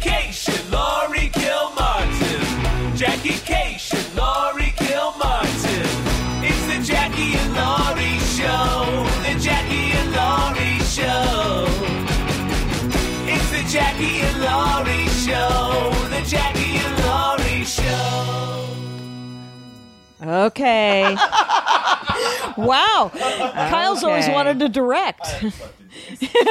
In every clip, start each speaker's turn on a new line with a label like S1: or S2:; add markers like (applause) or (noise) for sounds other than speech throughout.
S1: Cation, Laurie Kilmartin. Jackie Cation, Laurie Kilmartin. It's the Jackie and Laurie Show. The Jackie and Laurie Show. It's the Jackie and Laurie Show. The Jackie and Laurie Show.
S2: (laughs) Okay.
S3: Wow. Kyle's always
S2: Okay.
S3: wanted to direct. (laughs)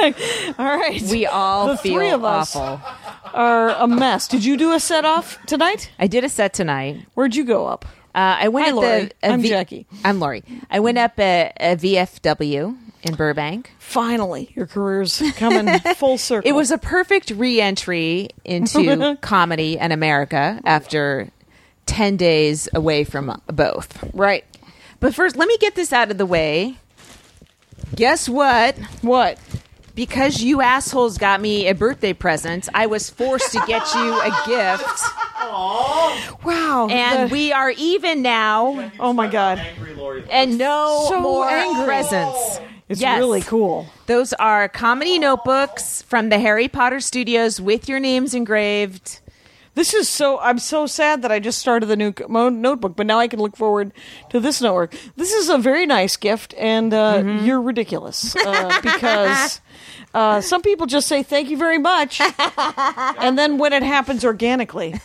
S3: All right.
S2: We all
S3: (laughs) The
S2: feel
S3: three of us.
S2: awful.
S3: are a mess. Did you do a set off tonight?
S2: I did a set tonight.
S3: Where'd you go up?
S2: Uh, I went
S3: Hi,
S2: at
S3: Lori.
S2: the. a
S3: I'm Jackie.
S2: I'm Lori. I went up at a VFW in Burbank.
S3: Finally, your (laughs) career's coming full circle.
S2: It was a perfect re-entry
S3: (laughs)
S2: into comedy and America after ten days away from both.
S3: right.
S2: But first, let me get this out of the way. Guess what?
S3: What?
S2: Because you assholes got me a birthday present, I was forced to get you a
S3: (laughs)
S2: gift,
S3: Wow.
S2: and
S3: the-
S2: we are even now,
S3: Oh my god.
S2: and no
S3: So
S2: more
S3: angry.
S2: presents.
S3: It's
S2: Yes.
S3: really cool.
S2: Those are comedy notebooks from the Harry Potter Studios with your names engraved.
S3: This is so. I'm so sad that I just started the new co- mo- notebook, but now I can look forward to this notebook. This is a very nice gift, and uh,
S2: Mm-hmm.
S3: you're ridiculous uh, because
S2: (laughs)
S3: uh, some people just say thank you very much, and then when it happens organically.
S2: (laughs)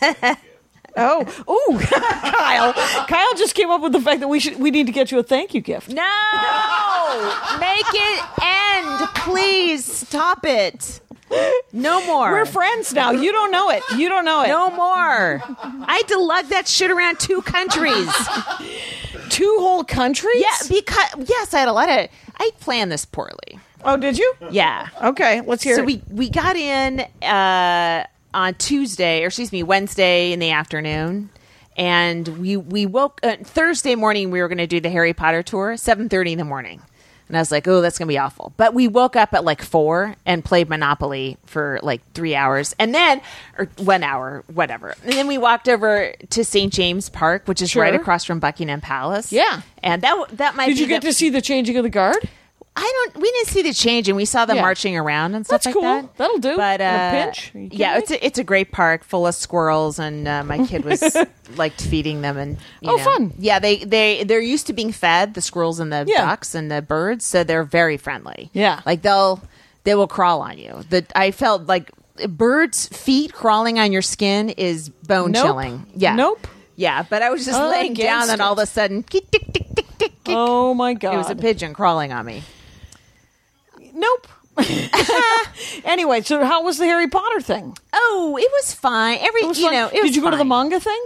S3: Oh, ooh, (laughs) Kyle! Kyle just came up with the fact that we should we need to get you a thank you gift.
S2: No! Make it end, please. Stop it. No more.
S3: We're friends now. You don't know it. You don't know it.
S2: No more. I had to lug that shit around two
S3: (laughs)
S2: countries.
S3: Two whole countries.
S2: yeah, because yes, I had a lot of. I planned this poorly.
S3: oh, did you?
S2: Yeah.
S3: Okay, let's hear
S2: So
S3: it.
S2: we we got in uh, on Tuesday, or excuse me, Wednesday in the afternoon, and we we woke uh, Thursday morning. We were going to do the Harry Potter tour, seven thirty in the morning, and I was like, oh, that's going to be awful. But we woke up at like four and played Monopoly for like three hours, and then or one hour, whatever. And then we walked over to St James Park, which is
S3: Sure.
S2: right across from Buckingham Palace.
S3: Yeah.
S2: and that w- that might
S3: did
S2: be
S3: you get
S2: the-
S3: to see the changing of the guard?
S2: I don't. We didn't see the change, and we saw them
S3: Yeah.
S2: marching around and stuff like
S3: That's cool.
S2: that.
S3: That'll do.
S2: But uh,
S3: In a pinch? Are you kidding
S2: yeah,
S3: me?
S2: it's a, it's a great park full of squirrels, and uh, my kid
S3: (laughs)
S2: was liked feeding them. And you
S3: Oh,
S2: know.
S3: fun.
S2: Yeah, they they they're used to being fed the squirrels and the
S3: Yeah.
S2: ducks and the birds, so they're very friendly.
S3: Yeah.
S2: like they'll they will crawl on you. The I felt like birds' feet crawling on your skin is bone
S3: Nope.
S2: chilling. Yeah,
S3: Nope. Uh,
S2: Yeah, but I was just laying down,
S3: Against
S2: and all of a sudden, tick, tick, tick, tick, tick, tick.
S3: Oh my god!
S2: it was a pigeon crawling on me.
S3: nope. (laughs) anyway, so how was the Harry Potter thing?
S2: Oh, it was fine. Every
S3: It was
S2: you
S3: fun.
S2: know, it
S3: did
S2: was
S3: you go to the
S2: fine.
S3: manga thing?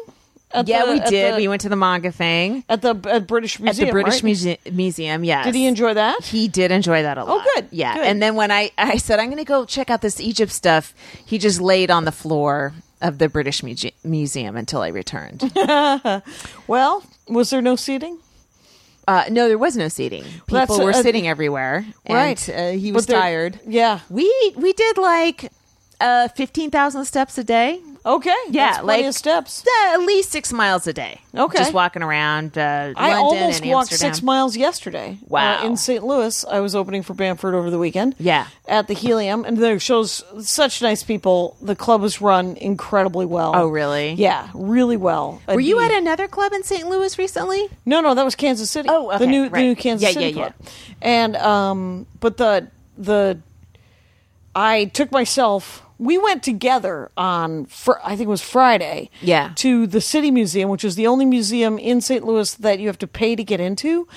S3: At
S2: Yeah,
S3: the-
S2: we
S3: at
S2: did.
S3: the-
S2: we went to the manga thing
S3: at the at British
S2: at
S3: Museum.
S2: the British
S3: right?
S2: Muse- Museum. Yes.
S3: Did he enjoy that? Oh,
S2: He did enjoy that a lot.
S3: good,
S2: Yeah.
S3: good.
S2: And then when I I said I'm going to go check out this Egypt stuff, he just laid on the floor of the British Muse- Museum until I
S3: (laughs)
S2: returned.
S3: Well, was there no seating?
S2: uh, no, there was no seating. People
S3: That's
S2: were
S3: a- uh,
S2: sitting everywhere. and,
S3: right.
S2: uh, he
S3: But
S2: was
S3: there-
S2: tired.
S3: yeah.
S2: We we did like uh, fifteen thousand steps a day.
S3: Okay.
S2: Yeah,
S3: that's plenty
S2: like-
S3: of steps.
S2: Uh, at least six miles a day.
S3: Okay.
S2: just walking around. Uh,
S3: I
S2: London
S3: almost
S2: and
S3: walked
S2: Amsterdam.
S3: six miles yesterday. uh,
S2: Wow.
S3: in St. Louis, I was opening for Bamford over the weekend.
S2: Yeah.
S3: At the Helium, and there shows such nice people. The club was run incredibly well.
S2: Oh, really?
S3: Yeah, really well.
S2: Were you at another club in St. Louis recently?
S3: No, no, that was Kansas City.
S2: Oh, okay,
S3: the new
S2: right.
S3: the new Kansas
S2: Yeah,
S3: City
S2: yeah, yeah.
S3: club. And um, but the the I took myself. We went together on fr- I think it was Friday.
S2: Yeah.
S3: To the City Museum, which is the only museum in St. Louis that you have to pay to get into.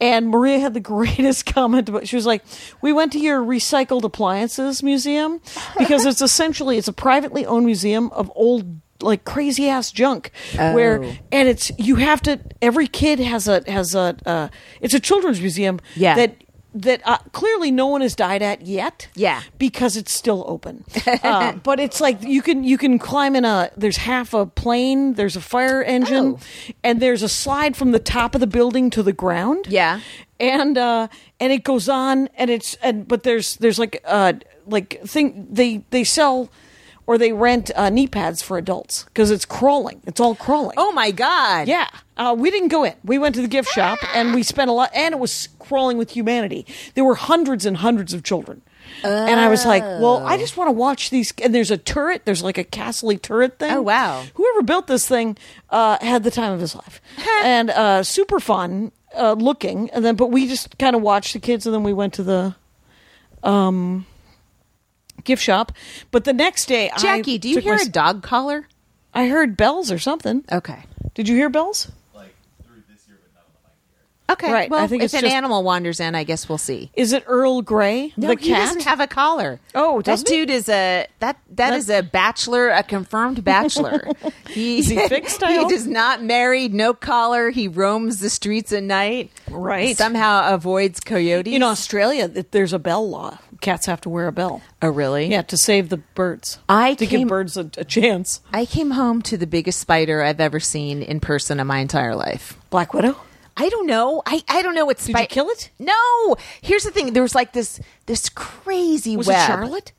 S3: And Maria had the (laughs) greatest comment about. She was like, "We went to your recycled appliances museum because it's essentially it's a privately owned museum of old." like crazy ass junk
S2: Oh.
S3: where and it's you have to every kid has a has a uh, it's a children's museum
S2: Yeah.
S3: that that uh, clearly no one has died at yet
S2: Yeah.
S3: because it's still
S2: (laughs)
S3: open uh, but it's like you can you can climb in a there's half a plane there's a fire engine
S2: Oh.
S3: and there's a slide from the top of the building to the ground
S2: Yeah.
S3: and uh and it goes on and it's and but there's there's like uh like thing they they sell or they rent uh, knee pads for adults because it's crawling it's all crawling
S2: Oh my god.
S3: yeah uh, we didn't go in we went to the
S2: Ah.
S3: gift shop and we spent a lot and it was crawling with humanity there were hundreds and hundreds of children And I was like, well, I just want to watch these. And there's a turret. There's like a castle turret thing.
S2: Oh, wow.
S3: Whoever built this thing uh, had the time of his life. and uh, super fun uh, looking. And then, but we just kind of watched the kids and then we went to the um, gift shop. But the next day, I
S2: Jackie, do you
S3: took my
S2: hear a Oh.
S3: s-
S2: dog collar?
S3: I heard bells or something.
S2: Okay.
S3: Did you hear bells?
S4: like through this year, but not on the mic here.
S2: Okay.
S3: Right,
S2: Well,
S3: I think
S2: if
S3: it's
S2: an
S3: just-
S2: animal wanders in, I guess we'll see.
S3: Is it Earl Grey?
S2: No,
S3: the
S2: he
S3: cat?
S2: doesn't have a collar.
S3: Oh,
S2: that
S3: doesn't he?
S2: dude is a that that is a bachelor, a confirmed bachelor.
S3: (laughs)
S2: he, (laughs)
S3: he fixed, I
S2: he
S3: hope?
S2: does not marry, no collar. He roams the streets at night.
S3: Right.
S2: Somehow avoids coyotes.
S3: In Australia, th- there's a bell law. Cats have to wear a bell.
S2: oh really?
S3: Yeah, to save the birds.
S2: I
S3: to
S2: came-
S3: give birds a, a chance.
S2: I came home to the biggest spider I've ever seen in person in my entire life.
S3: Black widow.
S2: I don't know. I, I don't know what
S3: you
S2: spider.
S3: kill it?
S2: No. Here's the thing. There was like this this crazy
S3: Was
S2: web.
S3: it Charlotte?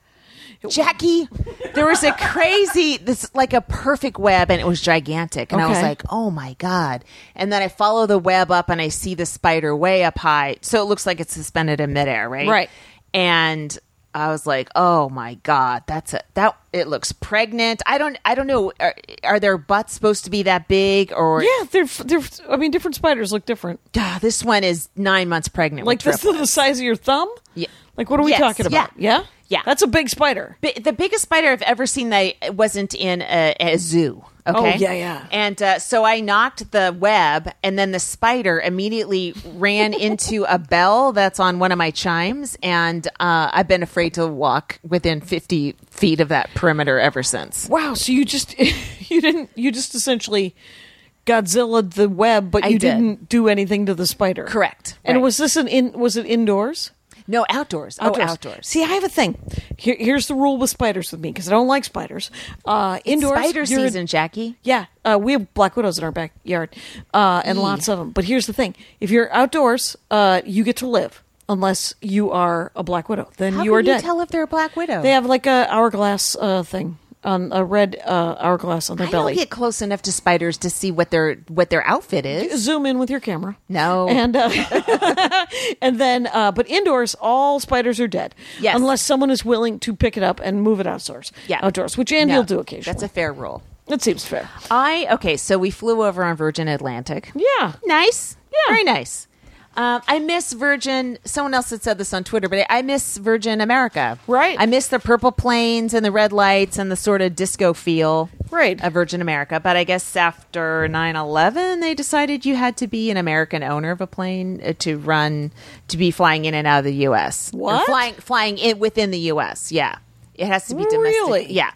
S2: Jackie, there was a crazy, this like a perfect web, and it was gigantic. And I was
S3: Okay.
S2: like, oh my God. And then I follow the web up and I see the spider way up high. So it looks like it's suspended in midair, right?
S3: Right.
S2: And I was like, "Oh my god, that's a that it looks pregnant." I don't I don't know are, are their butts supposed to be that big or
S3: Yeah, they're f- they're. f- I mean, different spiders look different.
S2: Ah, this one is 9 months pregnant.
S3: Like
S2: with
S3: this is the size of your thumb.
S2: Yeah.
S3: Like what are we
S2: Yes,
S3: talking about?
S2: yeah.
S3: Yeah.
S2: Yeah.
S3: That's a big spider.
S2: bi- the biggest spider I've ever seen that wasn't in a, a zoo. Okay.
S3: Oh, yeah, yeah.
S2: And uh, so I knocked the web, and then the spider immediately
S3: (laughs)
S2: ran into a bell that's on one of my chimes, and uh, I've been afraid to walk within fifty feet of that perimeter ever since.
S3: Wow. So you just (laughs) you didn't you just essentially Godzilla the web, but
S2: I
S3: you
S2: did.
S3: not do anything to the spider.
S2: Correct.
S3: And
S2: Right.
S3: was this an in was it indoors?
S2: No outdoors.
S3: outdoors.
S2: Oh, outdoors.
S3: See, I have a thing. Here, here's the rule with spiders with me because I don't like spiders. Uh, indoors,
S2: spider
S3: you're-
S2: season, Jackie.
S3: Yeah, uh, we have black widows in our backyard, uh, and lots of them. But here's the thing: if you're outdoors, uh, you get to live, unless you are a black widow. Then
S2: How
S3: you
S2: can
S3: are dead.
S2: tell if they're a black widow?
S3: they have like a hourglass uh, thing on a red uh, hourglass on their
S2: I
S3: belly.
S2: don't get close enough to spiders to see what their what their outfit is.
S3: Zoom in with your camera.
S2: No.
S3: and uh, (laughs) and then, uh, but indoors, all spiders are dead.
S2: Yes.
S3: unless someone is willing to pick it up and move it outdoors.
S2: Yeah.
S3: outdoors, which Andy
S2: No,
S3: will do occasionally.
S2: That's a fair rule.
S3: That seems fair.
S2: I okay, so we flew over on Virgin Atlantic.
S3: Yeah.
S2: nice.
S3: Yeah.
S2: very nice. Um, I miss Virgin. Someone else had said this on Twitter, but I miss Virgin America.
S3: Right.
S2: I miss the purple planes and the red lights and the sort of disco feel.
S3: Right.
S2: Of Virgin America, but I guess after 9-11, they decided you had to be an American owner of a plane uh, to run to be flying in and out of the U.S. Or
S3: What?
S2: flying flying in within the U.S. Yeah, it has to be domestic.
S3: Really?
S2: Yeah.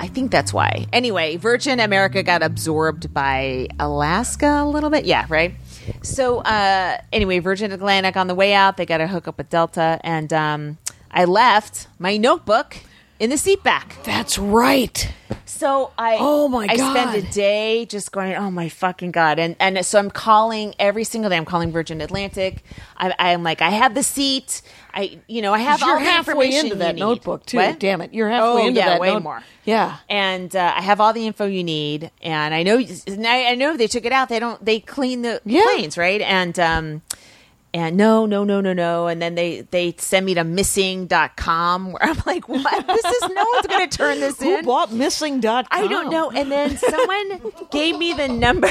S2: I think that's why. Anyway, Virgin America got absorbed by Alaska a little bit. Yeah, right. So uh, anyway, Virgin Atlantic on the way out, they got to hook up with Delta, and um, I left my notebook in the seat back.
S3: That's right.
S2: So I
S3: Oh, my
S2: I
S3: God.
S2: spend a day just going oh my fucking god and and so I'm calling every single day I'm calling Virgin Atlantic I, I'm like I have the seat I you know I have all
S3: You're
S2: the
S3: halfway
S2: information
S3: into
S2: you
S3: that
S2: need.
S3: notebook too.
S2: What?
S3: Damn it, you're halfway
S2: oh,
S3: into
S2: yeah,
S3: that
S2: way
S3: note-
S2: more
S3: Yeah,
S2: and uh, I have all the info you need. And I know, and I, I know they took it out. They don't. They clean the
S3: Yeah.
S2: planes, right? And um, and no, no, no, no, no. And then they they send me to missing.com where I'm like, what? This is no one's going to turn this
S3: who
S2: in.
S3: bought missing.com?
S2: I don't know.
S3: Oh.
S2: And then
S3: (laughs)
S2: someone gave me the number,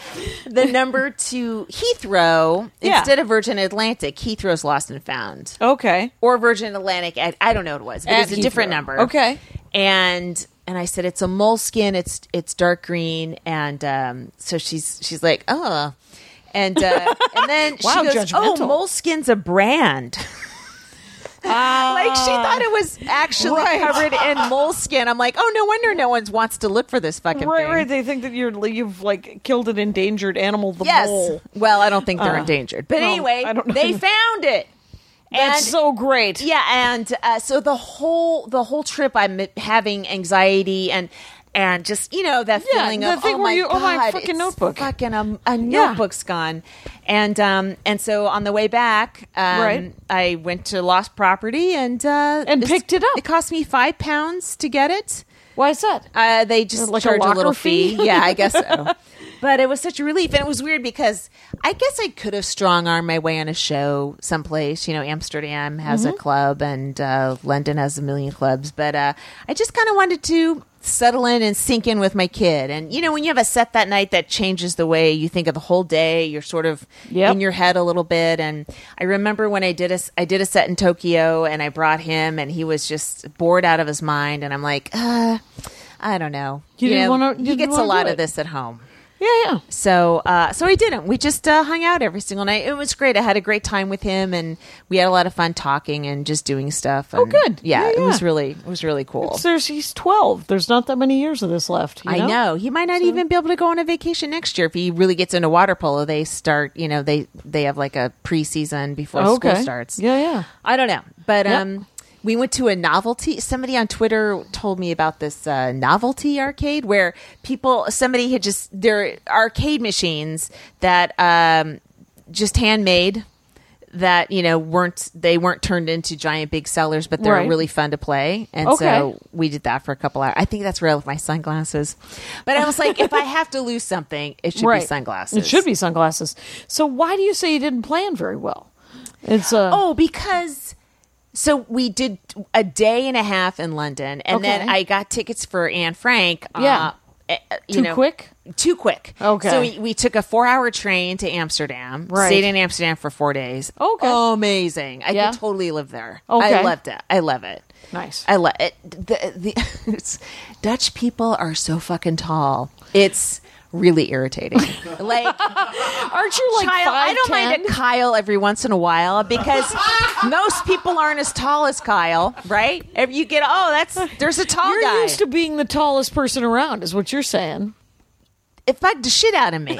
S2: (laughs) the number to Heathrow
S3: Yeah.
S2: instead of Virgin Atlantic. Heathrow's lost and found
S3: Okay,
S2: or Virgin Atlantic. At, I don't know what it was. But
S3: At
S2: it was a different
S3: Heathrow.
S2: number.
S3: Okay.
S2: And and I said it's a moleskin. It's it's dark green. And um, so she's she's like, oh. And uh, and
S3: (laughs)
S2: then
S3: Wow,
S2: she goes, oh,
S3: judgmental.
S2: moleskin's a brand. (laughs) like she thought it was actually
S3: Ah. Right.
S2: covered in moleskin. I'm like, oh, no wonder no one wants to look for this fucking
S3: right,
S2: thing.
S3: right. They think that you're you've like killed an endangered animal. The
S2: Yes.
S3: mole.
S2: Well, I don't think they're endangered, but
S3: Uh, well,
S2: anyway,
S3: I don't
S2: they
S3: know.
S2: found it.
S3: That's
S2: and
S3: so great.
S2: Yeah, and uh, so the whole the whole trip, I'm having anxiety and and just you know that
S3: Yeah,
S2: feeling
S3: that
S2: of
S3: thing
S2: oh
S3: where
S2: my
S3: you-
S2: god,
S3: oh, my fucking
S2: it's
S3: notebook.
S2: fucking um, a notebook's gone, and um and so on the way back, um,
S3: Right.
S2: I went to lost property and uh,
S3: And
S2: it's-
S3: picked it up.
S2: It cost me five pounds to get it.
S3: Why is that?
S2: Uh, they just
S3: Like a
S2: charge a,
S3: locker (laughs)
S2: little fee.
S3: fee?
S2: yeah, I guess so. (laughs) But it was such a relief, and it was weird because I guess I could have strong armed my way on a show someplace. You know, Amsterdam has a club, and uh, London has a million clubs. But uh, I just kind of wanted to settle in and sink in with my kid. And you know, when you have a set that night, that changes the way you think of the whole day. You're sort of
S3: Yep.
S2: in your head a little bit. And I remember when I did a s- I did a set in Tokyo, and I brought him, and he was just bored out of his mind. And I'm like, uh, I don't know.
S3: You didn't
S2: know,
S3: wanna- you
S2: he
S3: didn't
S2: gets a
S3: wanna
S2: lot
S3: do
S2: of
S3: it.
S2: this at home.
S3: Yeah, yeah.
S2: So, uh, so I didn't. We just uh, hung out every single night. It was great. I had a great time with him, and we had a lot of fun talking and just doing stuff. And,
S3: Oh, good.
S2: Yeah,
S3: Yeah,
S2: it was
S3: yeah.
S2: really, it was really cool.
S3: So there's, he's 12. There's not that many years of this left. you
S2: I know he might not even be able to go on a vacation next year if he really gets into water polo. They start, you know, they they have like a preseason before
S3: Oh, Okay.
S2: school starts.
S3: Yeah, yeah.
S2: I don't know, but
S3: Yep.
S2: um, we went to a novelty. Somebody on Twitter told me about this uh, novelty arcade where people, somebody had just their arcade machines that um, just handmade that you know weren't they weren't turned into giant big sellers, but they're
S3: Right.
S2: really fun to play. And
S3: Okay.
S2: so we did that for a couple hours. I think that's where I left my sunglasses. But I was like, if I have to lose something, it should be sunglasses.
S3: It should be sunglasses. So why do you say you didn't plan very well? It's uh,
S2: Oh, because so we did a day and a half in London, and then
S3: Okay.
S2: I got tickets for Anne Frank.
S3: Yeah.
S2: uh, uh, you
S3: Too
S2: know,
S3: quick?
S2: Too quick.
S3: Okay.
S2: So we, we took a four-hour train to Amsterdam.
S3: Right.
S2: Stayed in Amsterdam for four days.
S3: Okay.
S2: Amazing. I
S3: Yeah.
S2: could totally live there. I
S3: Okay.
S2: loved it. I love it.
S3: Nice.
S2: I love it. The, the (laughs) it's, Dutch people are so fucking tall. It's really
S3: (laughs)
S2: irritating. like
S3: aren't you like
S2: Kyle, I don't mind
S3: 5'10"?
S2: a Kyle every once in a while (laughs) because most people aren't as tall as Kyle, right? If you get, oh, that's there's a tall
S3: You're
S2: guy.
S3: used to being the tallest person around, is what you're saying.
S2: it fucked the shit out of (laughs) me.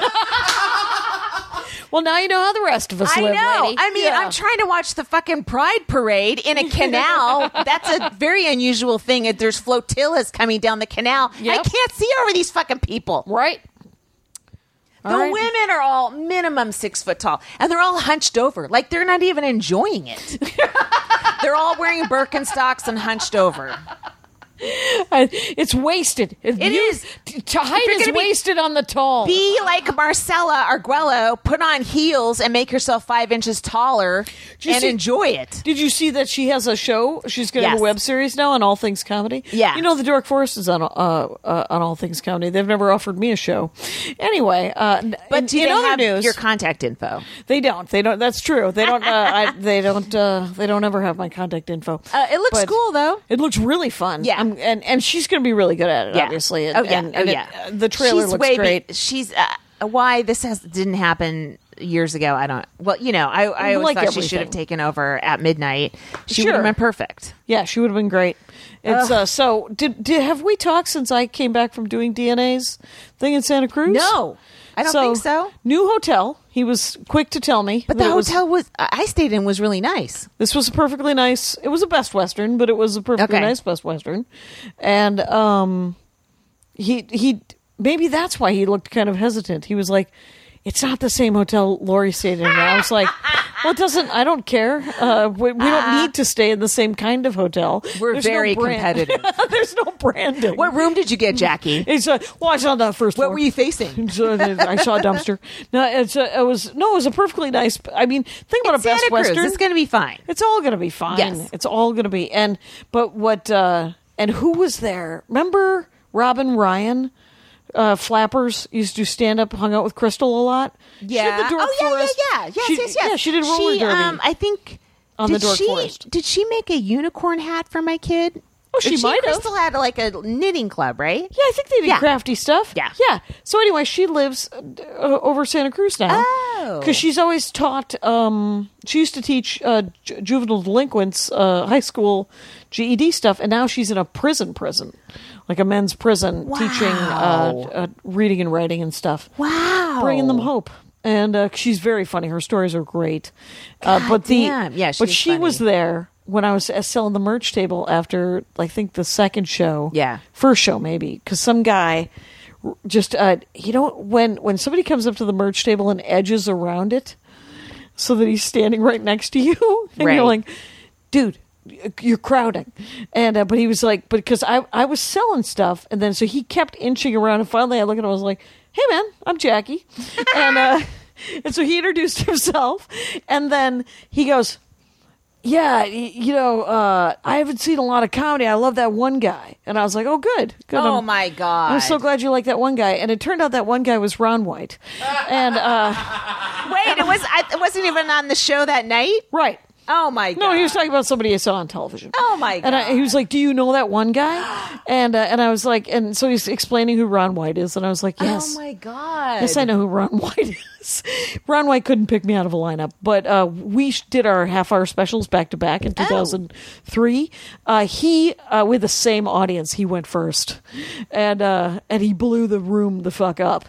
S3: Well, now you know how the rest of us
S2: I know.
S3: live, lady.
S2: I mean,
S3: Yeah.
S2: I'm trying to watch the fucking pride parade in (laughs) a canal. that's a very unusual thing. If There's flotillas coming down the canal.
S3: Yep.
S2: I can't see over these fucking people.
S3: right. (laughs)
S2: the
S3: right.
S2: women are all minimum six foot tall, and they're all hunched over, like they're not even enjoying (laughs) it. they're all wearing Birkenstocks and hunched over.
S3: I- it's wasted. It
S2: is.
S3: To height
S2: you're
S3: is
S2: gonna be-
S3: wasted on the tall.
S2: be like Marcella Arguello, put on heels and make yourself five inches taller
S3: you
S2: and
S3: see-
S2: enjoy it.
S3: Did you see that she has a show? She's going to have
S2: Yes.
S3: a web series now on All Things Comedy.
S2: Yeah.
S3: you know the Dark Forest is on uh, uh, on All Things Comedy. They've never offered me a show. Anyway, uh,
S2: But
S3: in,
S2: do
S3: in
S2: they
S3: other
S2: have
S3: news,
S2: your contact info?
S3: they don't. They don't. That's true. They don't. Uh,
S2: (laughs)
S3: I, they don't. Uh, they don't ever have my contact info.
S2: Uh, it looks
S3: But-
S2: cool though.
S3: It looks really fun.
S2: Yeah.
S3: I'm- and and she's going to be really good at it.
S2: Yeah.
S3: Obviously. And,
S2: oh yeah.
S3: and-
S2: oh
S3: and it-
S2: yeah.
S3: uh, the trailer
S2: she's
S3: looks
S2: way be-
S3: great.
S2: she's uh, why this has didn't happen years ago. I don't. Well, you know, I I always
S3: Like
S2: thought she
S3: everything.
S2: should have taken over at midnight. She would
S3: Sure.
S2: have been perfect.
S3: Yeah, she would have been great. It's uh, so did, did have we talked since I came back from doing DNA's thing in Santa Cruz?
S2: No, I don't think so.
S3: New hotel. He was quick to tell me,
S2: But the
S3: that it was-
S2: hotel was I I stayed in was really nice.
S3: this was a perfectly nice. It was a Best Western, but it was a perfectly
S2: Okay.
S3: nice Best Western, and um, he he maybe that's why he looked kind of hesitant. He was like, "It's not the same hotel Lori stayed in." And I was like, "Well, it doesn't. I don't care. Uh, we, we don't need to stay in the same kind of hotel.
S2: Uh-huh. We're
S3: There's no
S2: very
S3: brand-
S2: competitive.
S3: (laughs) There's no branding.
S2: what room did you
S3: (laughs)
S2: get, Jackie?
S3: It's uh, well, I saw that first.
S2: what
S3: floor.
S2: were you facing?
S3: So then I saw a dumpster. No, it's a, it was no, it was a perfectly nice. I mean, think about
S2: It's
S3: a Best
S2: Santa Cruz.
S3: Western.
S2: It's going to be fine.
S3: It's all going to be fine.
S2: Yes.
S3: It's all going to be and but what uh and who was there? Remember Robin Ryan? Uh, Flappers used to stand up, hung out with Crystal a lot. She did the Dork
S2: oh, yeah,
S3: Forest.
S2: yeah, yeah. Yes,
S3: she,
S2: yes, yes.
S3: Yeah, she did roller
S2: she,
S3: derby.
S2: Um, I think.
S3: On
S2: did
S3: the Dork
S2: she,
S3: Forest.
S2: Did she make a unicorn hat for my kid? Oh,
S3: she might have.
S2: Crystal had like a knitting club, right?
S3: yeah, I think they did
S2: yeah.
S3: crafty stuff.
S2: Yeah.
S3: yeah. So anyway, she lives uh, d- uh, over Santa Cruz now.
S2: Oh.
S3: because she's always taught. Um, she used to teach uh, ju- juvenile delinquents uh, high school GED stuff, and now she's in a prison, prison, like a men's prison, teaching uh,
S2: Wow.
S3: uh, reading and writing and stuff.
S2: Wow.
S3: bringing them hope. And uh, she's very funny. Her stories are great. Uh, but the
S2: damn. Yeah,
S3: but
S2: she's
S3: she was
S2: funny.
S3: there when I was uh, selling the merch table after I think the second show.
S2: Yeah.
S3: first show maybe because some guy r- just uh, you know when when somebody comes up to the merch table and edges around it so that he's standing right next to you (laughs) and
S2: Right.
S3: you're like, dude, you're crowding and uh, but he was like but because I, I was selling stuff and then so he kept inching around and finally i look at him i was like hey man i'm
S2: (laughs)
S3: jackie and uh and so he introduced (laughs) himself and then he goes yeah y- you know uh i haven't seen a lot of comedy i love that one guy and i was like oh good good
S2: Oh
S3: I'm-
S2: my god!
S3: i'm so glad you like that one guy and it turned out that one guy was
S2: (laughs)
S3: ron white and uh
S2: Wait, it was I, it wasn't even on the show that night.
S3: right
S2: Oh my god!
S3: No, he was talking about somebody he saw on television.
S2: Oh, my
S3: And I,
S2: God.
S3: he was like, "Do you know that
S2: (gasps)
S3: one guy?" And uh, and I was like, and so he's explaining who Ron White is, and I was like, "Yes,
S2: Oh my god!
S3: yes, I know who Ron (laughs) White is." Ron White couldn't pick me out of a lineup, but uh, we sh- did our half-hour specials back to back
S2: Oh.
S3: in 2003. Uh, he uh, with the same audience, he went first, and uh, and he blew the room the fuck up.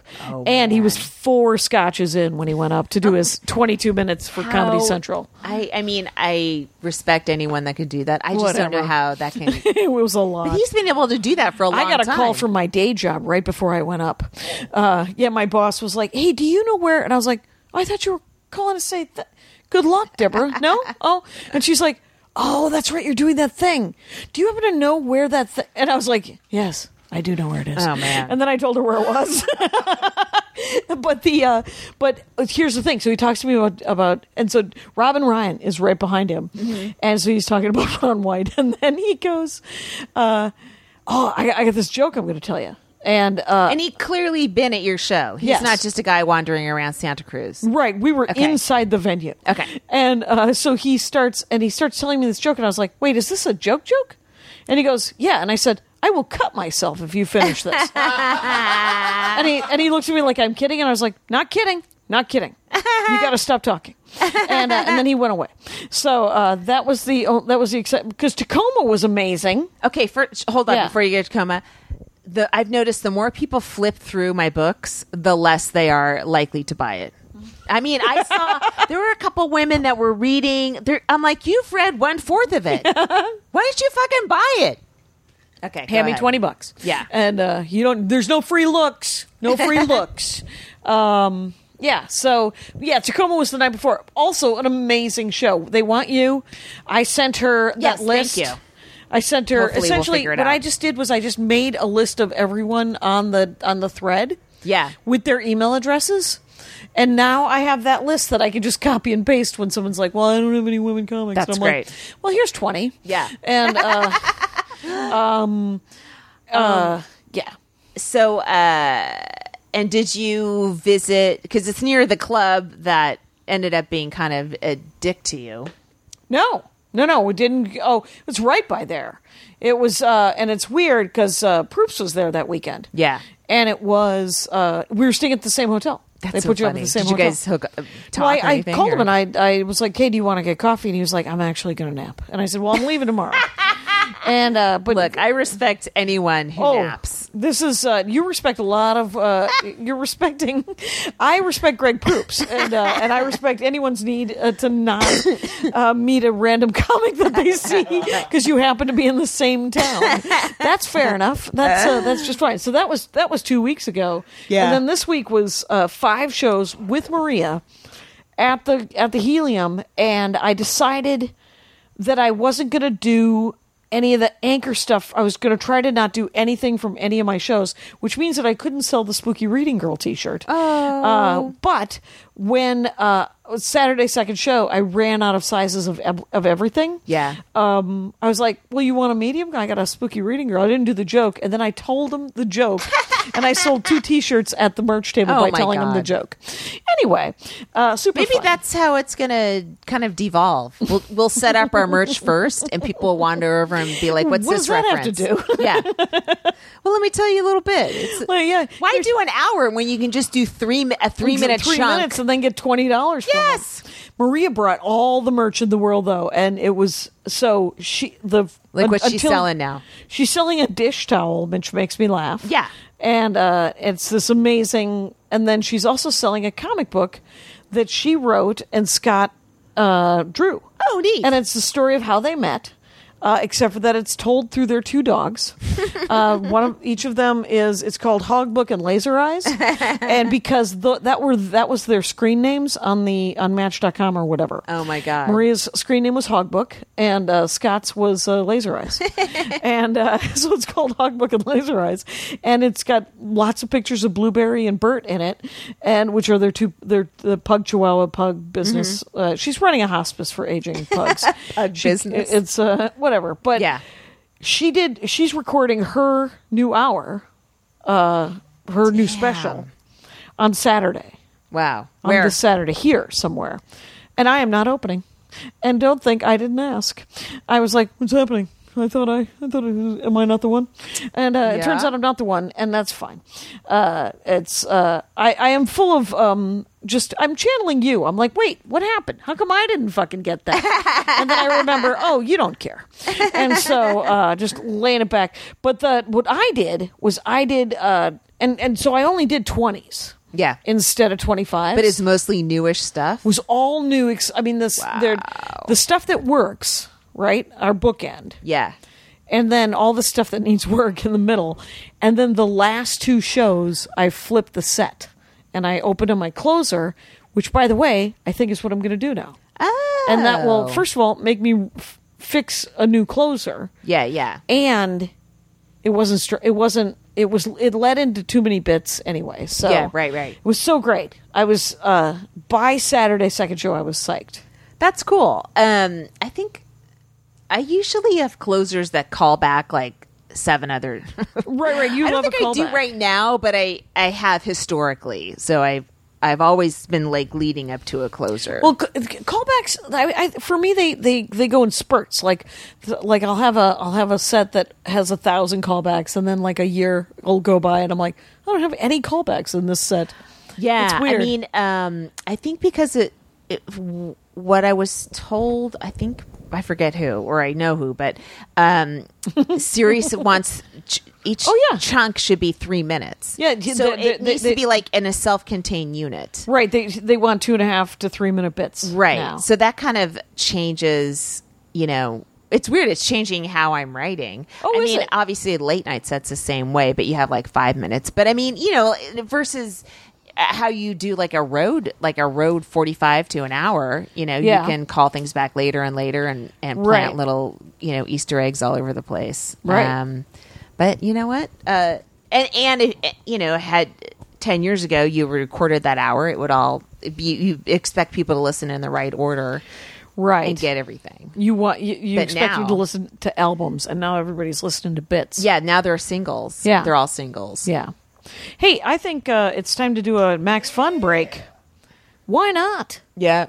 S3: and he was four scotches in when he went
S2: (laughs)
S3: up to do his 22 minutes for Comedy
S2: How-
S3: Central. (laughs)
S2: I, I mean, I respect anyone that could do that. I just don't
S3: Whatever.
S2: know how that can.
S3: (laughs) it was a lot.
S2: He's been able to do that for a long time.
S3: I got a call from my day job right before I went up. Uh, yeah, my boss was like, "Hey, do you know where?" And I was like, "Oh, "I thought you were calling to say th- good
S2: (laughs)
S3: luck, Deborah." no, oh, and she's like, "Oh, that's right, you're doing that thing. Do you happen to know where that?" Th-? And I was like, "Yes." I do know where it is.
S2: Oh, man.
S3: And then I told her where it was. (laughs) but the uh, but here's the thing. So he talks to me about, about and so Robin Ryan is right behind him,
S2: Mm-hmm.
S3: and so he's talking about (laughs) Ron White, and then he goes, uh, "Oh, I, I got this joke I'm going to tell you," and uh,
S2: and he clearly been at your show. He's
S3: Yes.
S2: not just a guy wandering around Santa Cruz.
S3: Right, we were
S2: Okay.
S3: inside the venue.
S2: Okay.
S3: and uh, so he starts and he starts telling me this joke, and I was like, "Wait, is this a joke joke?" And he goes, "Yeah," and I said, "I will cut myself if you
S2: (laughs)
S3: finish this." and he and he looked at me like I'm kidding, and I was like, "Not kidding, not kidding. You got to stop talking." and uh, and then he went away. So uh, that was the oh, that was the except because Tacoma was amazing.
S2: Okay, first hold on
S3: Yeah.
S2: before you get to Tacoma. The I've noticed the more people flip through my books, the less they are likely to buy it. I mean, I
S3: (laughs)
S2: saw there were a couple women that were reading. there- I'm like, you've read one fourth of
S3: (laughs)
S2: it. Why don't you fucking buy it? Okay, go
S3: Hand me
S2: ahead.
S3: twenty bucks.
S2: Yeah.
S3: and uh, you don't. There's no free looks.
S2: (laughs)
S3: No free looks. Um, yeah. So yeah, Tacoma was the night before. Also, an amazing show. They want you. I sent her
S2: Yes,
S3: that
S2: thank
S3: list.
S2: you.
S3: I sent her
S2: Hopefully we'll
S3: essentially
S2: figure it
S3: what
S2: out.
S3: I just did was I just made a list of everyone on the on the thread.
S2: Yeah.
S3: With their email addresses. And now I have that list that I can just copy and paste when someone's like, "Well, I don't have any women comics."
S2: That's
S3: and I'm
S2: great.
S3: Like, well, here's twenty.
S2: Yeah. (laughs)
S3: And uh, uh, yeah.
S2: So, uh, and did you visit? Because it's near the club that ended up being kind of a dick to you.
S3: No, no, no. We didn't. Oh, it was right by there. It was, uh, and it's weird because uh, Proops was there that weekend.
S2: Yeah.
S3: And it was, uh, we were staying at the same hotel.
S2: That's
S3: they
S2: so
S3: put you up
S2: funny.
S3: at the same
S2: Did you
S3: hotel.
S2: guys hook up, uh, talk
S3: Well, I,
S2: or
S3: I
S2: anything,
S3: called
S2: or-
S3: him and I, I was like, "Hey, do you want to get coffee?" And he was like, "I'm actually going to nap." And I said, "Well, I'm
S2: (laughs)
S3: leaving tomorrow." and uh, but
S2: Look, I respect anyone who naps.
S3: Oh, This is uh, you respect a lot of uh,
S2: (laughs)
S3: you're respecting. I respect Greg Proops, and uh, and I respect anyone's need uh, to not uh, meet a random (laughs) comic that
S2: (laughs)
S3: they see because you happen to be in the same town.
S2: (laughs)
S3: That's fair enough. That's uh, that's just fine. So that was that was two weeks ago.
S2: Yeah.
S3: and then this week was uh, five shows with Maria at the at the Helium, and I decided that I wasn't going to do any of the anchor stuff. I was going to try to not do anything from any of my shows, which means that I couldn't sell the Spooky Reading Girl T-shirt. Oh, uh, but when uh, Saturday second show, I ran out of sizes of ev- of everything.
S2: Yeah.
S3: Um, I was like, "Well, you want a medium?" I got a Spooky Reading Girl. I didn't do the joke, and then I told them
S2: (laughs)
S3: the joke, and I sold two T-shirts at the merch table
S2: Oh
S3: by
S2: my
S3: telling them the
S2: God.
S3: joke. Anyway, uh, super.
S2: Maybe
S3: fun.
S2: that's how it's going to kind of devolve. We'll, we'll set up our (laughs) merch first, and people will wander over and be like, "What's
S3: What
S2: this
S3: does that have
S2: reference?"
S3: to
S2: (laughs) yeah. Well, let me tell you a little bit. It's-
S3: Well, yeah.
S2: why do an hour when you can just do three mi- a three minute
S3: three
S2: chunk?
S3: minutes and then get twenty dollars.
S2: Yes.
S3: Maria brought all the merch in the world though, and it was so she the
S2: Like
S3: un-
S2: what's she selling now?
S3: She's selling a dish towel, which makes me laugh.
S2: Yeah.
S3: and uh, it's this amazing. And then she's also selling a comic book that she wrote and Scott uh, drew.
S2: Oh, neat.
S3: And it's the story of how they met. uh, except for that it's told through their
S2: (laughs)
S3: two dogs. uh, one of each of them is it's called Hog Book and
S2: (laughs)
S3: Laser Eyes, and because tho- that were that was their screen names on the on Match.com or whatever.
S2: Oh, my God.
S3: Maria's screen name was Hog Book, and uh, Scott's was uh,
S2: (laughs)
S3: Laser Eyes, and uh, (laughs) so it's called Hog Book and Laser Eyes, and it's got lots of pictures of Blueberry and Bert in it, and which are their two their the pug chihuahua pug business.
S2: Mm-hmm.
S3: Uh, she's running a hospice for
S2: (laughs)
S3: aging pugs.
S2: Pug
S3: She-
S2: business.
S3: It's uh, whatever, but
S2: Yeah.
S3: she did. She's recording her new hour, uh, her new special on Saturday
S2: Wow.
S3: on
S2: Where?
S3: this Saturday here somewhere. And I am not opening. And don't think I didn't ask. I was like, "What's happening?" I thought I, I thought, I, am I not the one? And uh, it
S2: Yeah.
S3: turns out I'm not the one, and that's fine. Uh, it's uh, I, I am full of um, just I'm channeling you. I'm like, wait, what happened? How come I didn't fucking get that? and then I remember, (laughs) oh, you don't care, and so uh, just laying it back. But the what I did was I did, uh, and and so I only did twenties,
S2: Yeah.
S3: instead of twenty five
S2: but it's mostly newish stuff.
S3: was all new. Ex- I mean, this they're the stuff that works, right? Our bookend,
S2: Yeah.
S3: and then all the stuff that needs (laughs) work in the middle, and then the last two shows, I flipped the set and I opened on my closer, which, by the way, I think is what I'm going to do now.
S2: Oh.
S3: And that will, first of all, make me f- fix a new closer
S2: Yeah, yeah.
S3: and it wasn't str- it wasn't it was it led into too many bits anyway so
S2: Yeah, right, right.
S3: it was so great i was uh by saturday second show i was psyched
S2: That's cool. Um, I think I usually have closers that call back like seven other. (laughs)
S3: right right you
S2: I don't
S3: love
S2: think
S3: a
S2: I do
S3: callback.
S2: right now, but I I have historically. So I've I've always been like leading up to a closer.
S3: well c- c- callbacks I, I, for me they, they they go in spurts like th- like i'll have a i'll have a set that has a thousand callbacks and then like a year will go by and i'm like i don't have any callbacks in this set
S2: yeah,
S3: it's weird.
S2: I mean, um, I think because it, it w- what I was told, I think I forget who or I know who, but
S3: (laughs)
S2: um, Sirius wants. Ch- each
S3: Oh, yeah.
S2: chunk should be three minutes.
S3: Yeah, d-
S2: so
S3: the-
S2: it
S3: the-
S2: needs
S3: the-
S2: to be like in a self-contained unit.
S3: right they they want two and a half to three minute bits
S2: right
S3: now.
S2: so that kind of changes you know it's weird it's changing how i'm writing
S3: Oh,
S2: i
S3: is
S2: mean
S3: it?
S2: obviously late night sets the same way but you have like five minutes but i mean you know versus uh, how you do like a road like a road 45 to an hour you know
S3: Yeah.
S2: you can call things back later and later and and plant
S3: Right.
S2: little you know easter eggs all over the place
S3: Right.
S2: Um, but you know what uh and and it, you know had 10 years ago you recorded that hour it would all be you expect people to listen in the right order
S3: right
S2: and get everything
S3: You want you, you
S2: But
S3: expected to
S2: now-
S3: listen to albums, and now everybody's listening to bits.
S2: yeah now they're singles
S3: Yeah.
S2: they're all singles
S3: yeah. Hey, I think uh, it's time to do a Max Fun break. Why not?
S2: yeah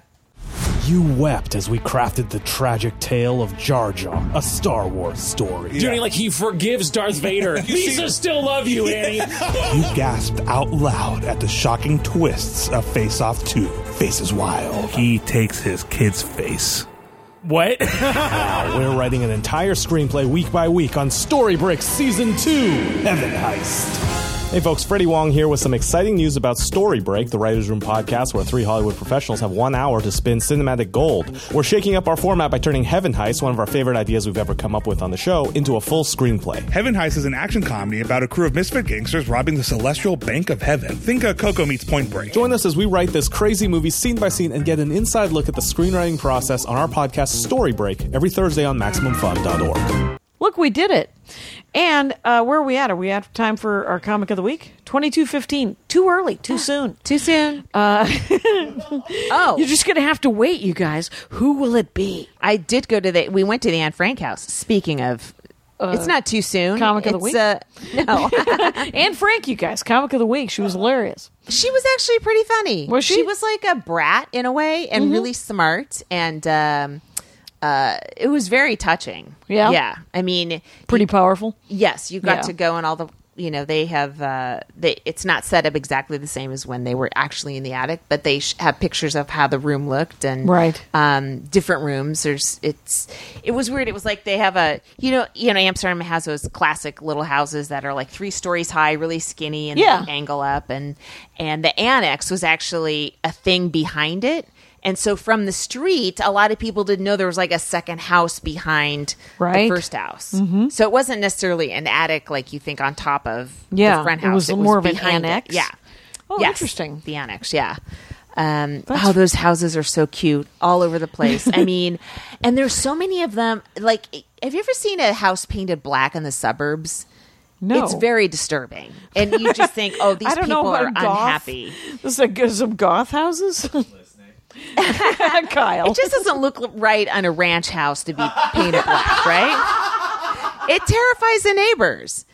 S5: You wept as we crafted the tragic tale of Jar Jar, a Star Wars story.
S6: Doing like he forgives Darth Vader. Lisa still love you, Annie.
S5: You gasped out loud at the shocking twists of Face Off 2. Face is wild.
S7: He takes his kid's face.
S6: what?
S5: Now we're writing an entire screenplay week by week on Storybricks Season 2, Heaven Heist. Hey folks, Freddie Wong here with some exciting news about Story Break, the Writers Room podcast where three Hollywood professionals have one hour to spin cinematic gold. We're shaking up our format by turning Heaven Heist, one of our favorite ideas we've ever come up with on the show, into a full screenplay.
S7: Heaven Heist is an action comedy about a crew of misfit gangsters robbing the celestial bank of heaven. Think of Coco meets Point Break.
S5: Join us as we write this crazy movie scene by scene and get an inside look at the screenwriting process on our podcast Story Break every Thursday on MaximumFun.org.
S3: Look, we did it. And uh, where are we at? Are we at time for our comic of the week? Twenty two fifteen. Too
S2: (gasps)
S3: early. Too soon.
S2: too soon uh, (laughs) oh
S3: You're just gonna have to wait, you guys. Who will it be?
S2: (laughs) i did go to the we went to the anne frank house speaking of it's not too soon
S3: Uh, comic of the
S2: It's, uh,
S3: week?
S2: no
S3: (laughs) Anne Frank, you guys. Comic of the week. She was hilarious.
S2: she was actually pretty funny.
S3: Was she? Mm-hmm.
S2: was like a brat in a way, and really smart, and um, uh, it was very touching.
S3: Yeah?
S2: yeah. I mean,
S3: Pretty powerful.
S2: yes, you got
S3: Yeah.
S2: to go and all the. You know they have uh, they. It's not set up exactly the same as when they were actually in the attic, but they sh- have pictures of how the room looked and
S3: Right.
S2: um, different rooms. There's it's it was weird. It was like they have a you know you know Amsterdam has those classic little houses that are like three stories high, really skinny, and
S3: Yeah.
S2: they angle up and and the annex was actually a thing behind it. And so from the street, a lot of people didn't know there was like a second house behind
S3: Right. Mm-hmm.
S2: the first house. So it wasn't necessarily an attic like you think on top of
S3: Yeah,
S2: the front
S3: it
S2: house.
S3: was more of an
S2: behind it.
S3: annex.
S2: Yeah.
S3: Oh,
S2: Yes,
S3: interesting.
S2: The annex, yeah. Um, oh, those houses are so cute all over the place.
S3: (laughs)
S2: I mean, and there's so many of them. Like, have you ever seen a house painted black in the suburbs?
S3: No,
S2: It's very disturbing. And you just think, oh, these
S3: (laughs) I don't
S2: people
S3: know
S2: are
S3: about goth.
S2: unhappy.
S3: This is like uh, some goth houses. (laughs) Kyle,
S2: It just doesn't look right on a ranch house to be painted black, right? It terrifies the neighbors.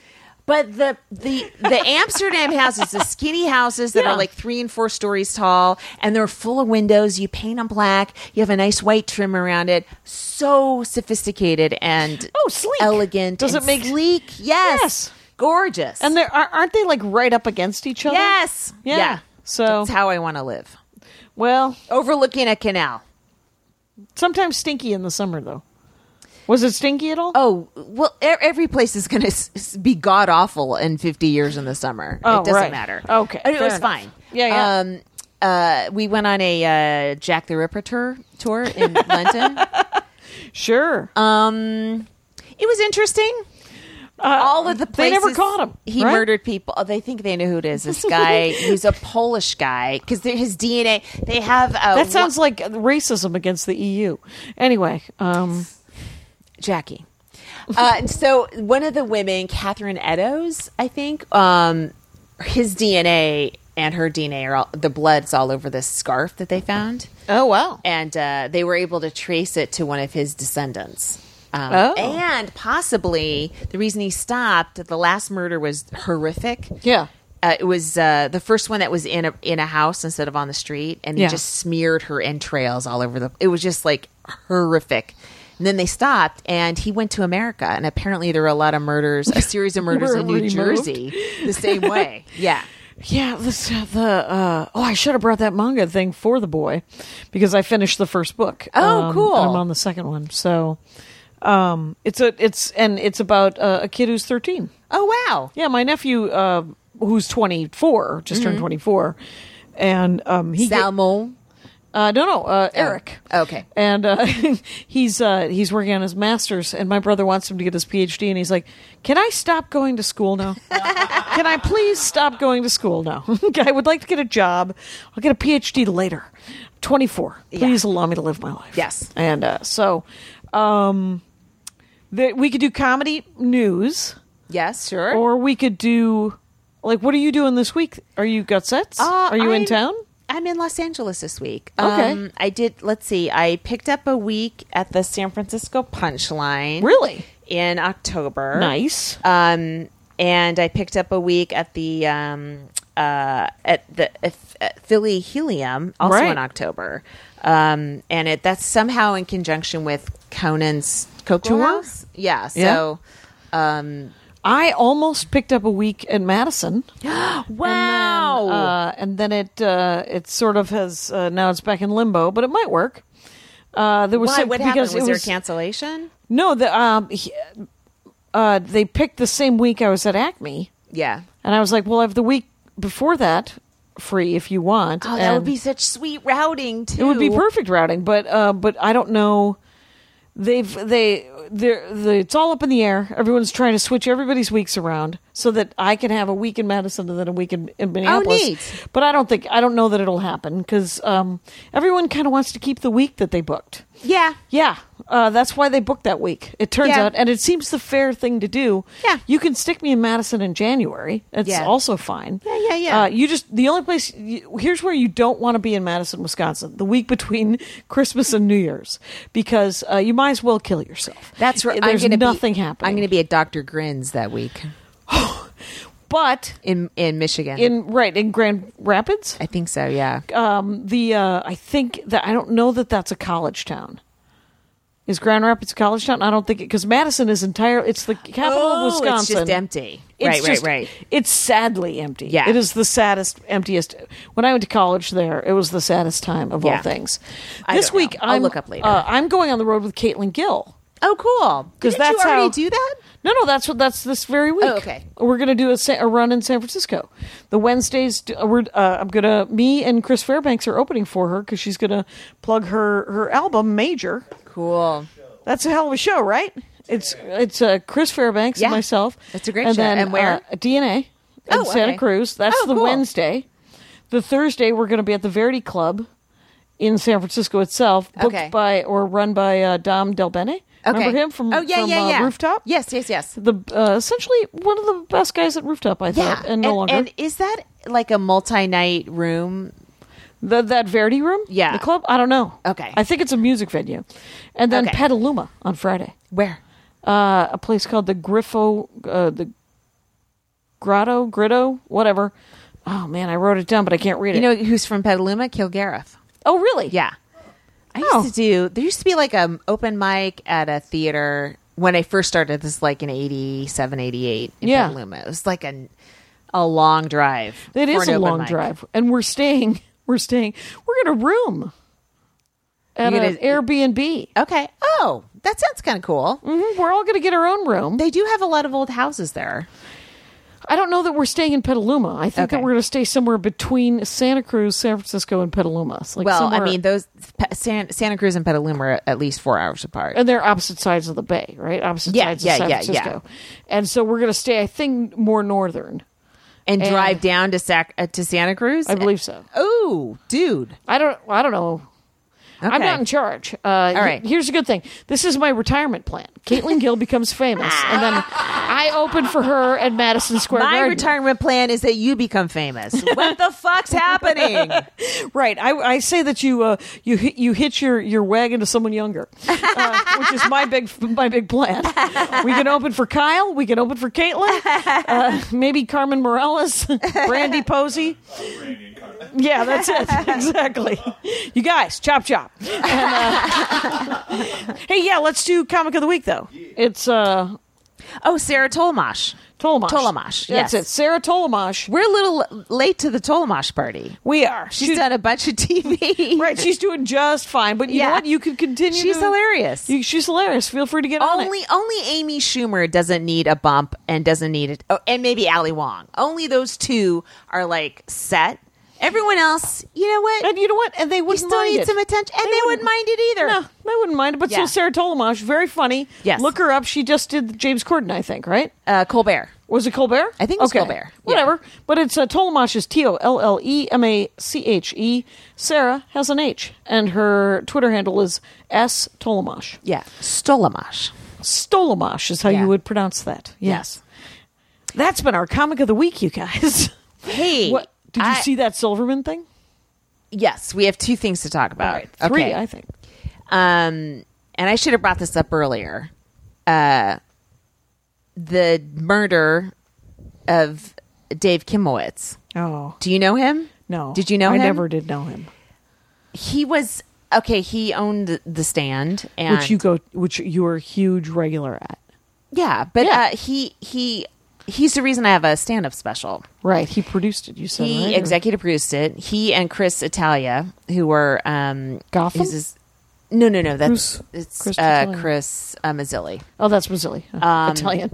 S2: But the the the Amsterdam houses, the skinny houses that
S3: Yeah.
S2: are like three and four stories tall, and they're full of windows. You paint them black. You have a nice white trim around it. So sophisticated and
S3: Oh, sleek.
S2: elegant.
S3: Does
S2: and
S3: it make-
S2: sleek? Yes,
S3: Yes.
S2: gorgeous.
S3: and they are aren't they like right up against each other?
S2: yes,
S3: Yeah. So
S2: that's how I want to live,
S3: well,
S2: overlooking a canal.
S3: sometimes stinky in the summer though. Was it stinky at all?
S2: Oh well, e- every place is going to be god awful in fifty years in the summer.
S3: Oh,
S2: it doesn't
S3: right.
S2: matter.
S3: Okay,
S2: And it
S3: fair
S2: was
S3: enough.
S2: fine.
S3: Yeah, yeah.
S2: Um, uh, we went on a uh, Jack the Ripper tour tour
S3: (laughs)
S2: in London.
S3: sure.
S2: um, It was interesting. All of the
S3: Uh, they
S2: places
S3: never caught him,
S2: He
S3: right?
S2: murdered people. Oh, they think they know who it is. This
S3: (laughs)
S2: guy, he's a Polish guy because his DNA. They have a,
S3: that sounds like racism against the EU. Anyway, um,
S2: Jackie. Uh, and so one of the women, Catherine Eddowes, I think, um, his DNA and her DNA are all, the blood's all over this scarf that they found,
S3: oh wow,
S2: and uh, they were able to trace it to one of his descendants. Um,
S3: Oh.
S2: And possibly the reason he stopped, the last murder was horrific.
S3: yeah.
S2: Uh, it was uh, the first one that was in a in a house instead of on the street, and he
S3: Yeah.
S2: just smeared her entrails all over the. It was just like horrific. And then they stopped, and he went to America, and apparently there were a lot of murders, a
S3: (laughs)
S2: series of murders
S3: Were
S2: in New
S3: removed.
S2: Jersey, the same way. Yeah,
S3: Yeah, this, uh, the uh, oh, I should have brought that manga thing for the boy because I finished the first book. um,
S2: Oh, cool.
S3: and I'm on the second one, so um, it's a it's and it's about uh, a kid who's 13.
S2: Oh wow.
S3: Yeah, my nephew uh, who's 24 just
S2: Mm-hmm.
S3: turned 24, and um, he get-
S2: Salmo.
S3: uh, no, no, uh, Eric.
S2: Oh. Okay.
S3: And uh, (laughs) he's uh, he's working on his master's, and my brother wants him to get his PhD, and he's like, "Can I stop going to
S2: (laughs)
S3: school now? Can I please stop going to school now? (laughs) I would like to get a job. I'll get a PhD later. Twenty four. Please allow me to live my life."
S2: Yes.
S3: And uh, so, um, that we could do comedy news,
S2: Yes, sure.
S3: or we could do like, what are you doing this week? Are you got sets?
S2: Uh,
S3: are you in
S2: I'm-
S3: town?
S2: I'm in Los Angeles this week.
S3: Okay.
S2: Um, I did. Let's see. I picked up a week at the San Francisco Punchline.
S3: Really?
S2: In October.
S3: Nice.
S2: um, and I picked up a week at the um, uh, at the at Philly Helium also
S3: Right.
S2: in October, um, and it that's somehow in conjunction with Conan's Cocoa
S3: Tour?
S2: House. Yeah, so um,
S3: I almost picked up a week in Madison.
S2: (gasps) wow,
S3: Uh, and then it uh, it sort of has uh, now it's back in limbo, but it might work. Uh, there was
S2: why?
S3: some-
S2: What happened?
S3: because
S2: Was,
S3: it
S2: there
S3: was
S2: cancellation?
S3: no the um, he- uh, they picked the same week I was at Acme,
S2: Yeah.
S3: and I was like, well, I have the week before that free if you want.
S2: Oh, that would
S3: and-
S2: be such sweet routing too.
S3: it would be perfect routing, but uh, but I don't know. They've they they're, they it's all up in the air. Everyone's trying to switch everybody's weeks around so that I can have a week in Madison and then a week in, in Minneapolis.
S2: Oh, neat.
S3: But I don't think I don't know that it'll happen because um, everyone kind of wants to keep the week that they booked.
S2: Yeah.
S3: Yeah, uh, that's why they booked that week. It turns
S2: Yeah.
S3: out, and it seems the fair thing to do.
S2: Yeah.
S3: you can stick me in Madison in January. It's
S2: Yeah.
S3: also fine.
S2: Yeah, yeah, yeah.
S3: Uh, you just the only place you, here's where you don't want to be in Madison, Wisconsin, the week between (laughs) Christmas and New Year's, because uh, you might as well kill yourself.
S2: That's where
S3: There's
S2: I'm gonna
S3: nothing
S2: be,
S3: happening.
S2: I'm going to be at Dr. Grins that week
S3: but
S2: in in Michigan.
S3: in right in Grand Rapids,
S2: I think so. Yeah.
S3: um, the uh, I think that I don't know that that's a college town. Is Grand Rapids a college town? I don't think it because Madison is entire. It's the capital of
S2: Oh,
S3: Wisconsin.
S2: It's just empty.
S3: It's
S2: right,
S3: just-
S2: right, right.
S3: It's sadly empty.
S2: Yeah.
S3: It is the saddest, emptiest. When I went to college there, it was the saddest time of all
S2: Yeah.
S3: things.
S2: I
S3: this
S2: don't know.
S3: week,
S2: I'll
S3: I'm,
S2: look up later.
S3: Uh, I'm going on the road with Caitlin Gill.
S2: Oh, cool.
S3: 'Cause
S2: Didn't
S3: that's
S2: you already
S3: how-
S2: do that?
S3: No, no, that's what that's this very week.
S2: Oh, okay.
S3: We're gonna do a, sa- a run in San Francisco. The Wednesdays, d- uh, we're uh, I'm gonna me and Chris Fairbanks are opening for her because she's gonna plug her her album Major.
S2: Cool.
S3: That's a hell of a show, right? It's it's uh, Chris Fairbanks
S2: Yeah.
S3: and myself.
S2: That's a great
S3: and
S2: show.
S3: Then,
S2: And where?
S3: uh, DNA in
S2: Oh,
S3: Santa
S2: okay.
S3: Cruz. That's
S2: Oh,
S3: the
S2: cool.
S3: Wednesday. The Thursday we're going to be at the Verdi Club in San Francisco itself, booked
S2: Okay.
S3: by or run by uh, Dom Del Bene.
S2: Okay.
S3: Remember him from
S2: oh yeah
S3: from,
S2: yeah
S3: uh,
S2: yeah
S3: Rooftop?
S2: Yes yes yes.
S3: the uh, essentially one of the best guys at Rooftop, I
S2: Yeah.
S3: thought, and no longer
S2: and is that like a multi-night room?
S3: the, that Verdi room.
S2: Yeah.
S3: the club. I don't know.
S2: Okay.
S3: I think it's a music venue, and then
S2: Okay.
S3: Petaluma on Friday.
S2: Where?
S3: uh, a place called the Griffo, uh, the Grotto, Grotto, whatever. Oh man, I wrote it down, but I can't read it.
S2: You know who's from Petaluma? Kilgariff.
S3: oh really?
S2: Yeah. I
S3: Oh.
S2: used to do. There used to be like an open mic at a theater when I first started. This is like in 87, 88 in
S3: Yeah.
S2: Petaluma. It was like an a long drive.
S3: it
S2: for
S3: is
S2: an
S3: a
S2: open
S3: long
S2: mic.
S3: drive, and we're staying. (laughs) We're staying. We're in a room at
S2: You're
S3: an
S2: gonna-
S3: Airbnb.
S2: Okay. Oh, that sounds kind of cool.
S3: Mhm, We're all going to get our own room.
S2: They do have a lot of old houses there.
S3: I don't know that we're staying in Petaluma. I think that
S2: Okay.
S3: we're going to stay somewhere between Santa Cruz, San Francisco, and Petaluma. It's Like
S2: well, I
S3: somewhere-
S2: mean, those Pe- San, Santa Cruz and Petaluma are at least four hours apart.
S3: and they're opposite sides of the bay, right? Opposite
S2: Yeah,
S3: sides
S2: yeah,
S3: of San
S2: yeah, yeah.
S3: Francisco. And so we're going to stay, I think, more northern.
S2: and
S3: and-
S2: drive down to Sac uh, to Santa Cruz.
S3: I believe so.
S2: Oh, dude.
S3: I don't. I don't know. I'm
S2: Okay.
S3: not in charge. Uh,
S2: right.
S3: Here's a good thing. This is my retirement plan. Caitlin Gill becomes famous,
S2: (laughs)
S3: and then I open for her at Madison Square
S2: My
S3: Garden.
S2: retirement plan is that you become famous.
S3: (laughs)
S2: what the fuck's happening?
S3: right. I, I say that you uh, you hit, you hitch your, your wagon to someone younger, uh,
S2: (laughs)
S3: which is my big my big plan. We can open for Kyle. We can open for Caitlin. Uh, maybe Carmen Morales, (laughs) Brandy Posey.
S4: Brandy and Carmen.
S3: Yeah, that's
S2: (laughs)
S3: it. exactly. You guys, chop chop. And,
S2: (laughs)
S3: uh, hey, yeah, let's do comic of the week though. It's uh
S2: Oh, Sarah Tolmash.
S3: Tolomash.
S2: Tolomash,
S3: That's
S2: yes.
S3: it. Sarah Tolomash.
S2: We're a little l- late to the Tolmash party.
S3: We are.
S2: She's done a bunch of TV.
S3: (laughs) right. She's doing just fine. But you know
S2: Yeah.
S3: what? You could continue.
S2: She's
S3: to-
S2: hilarious.
S3: You, she's hilarious. Feel free to get on
S2: only
S3: it.
S2: only Amy Schumer doesn't need a bump and doesn't need it. Oh, and maybe Ali Wong. Only those two are like set. Everyone else, you know what?
S3: And you know what? And they
S2: you
S3: wouldn't
S2: still
S3: mind
S2: need
S3: it.
S2: some attention, and they, wouldn't mind it either.
S3: No, they wouldn't mind it. But
S2: Yeah.
S3: so Sarah Tolomash, very funny.
S2: Yes.
S3: Look her up. She just did the James Corden, I think, right?
S2: Uh, Colbert.
S3: Was it Colbert?
S2: I think it was Colbert.
S3: Whatever. But it's uh, Tolomash is T O L L E M A C H E. Sarah has an H, and her Twitter handle is S Tolomash.
S2: Yeah, Stolamash.
S3: Stolomash is how
S2: Yeah.
S3: you would pronounce that. Yes. That's been our comic of the week, you guys. (laughs)
S2: Hey,
S3: what did you
S2: I-
S3: see that Silverman thing?
S2: Yes, we have two things to talk about.
S3: Three,
S2: okay.
S3: I think.
S2: Um, and I should have brought this up earlier. Uh, the murder of Dave Kimowitz.
S3: Oh
S2: Do you know him?
S3: no!
S2: Did you know
S3: I
S2: him?
S3: never did know him.
S2: He was okay. He owned the stand, and
S3: Which you go, which you were a huge regular at,
S2: yeah, but
S3: Yeah.
S2: Uh, he he he's the reason I have a stand-up special.
S3: right? He produced it. You said
S2: He
S3: right? Or-
S2: executive produced it. He and Chris Italia, who were um,
S3: Gotham?
S2: is his- no, no, no. That's
S3: Who's
S2: it's
S3: Chris
S2: uh,
S3: Italia?
S2: Chris uh, Mazzilli.
S3: Oh, that's (laughs) Mazzilli, Italian.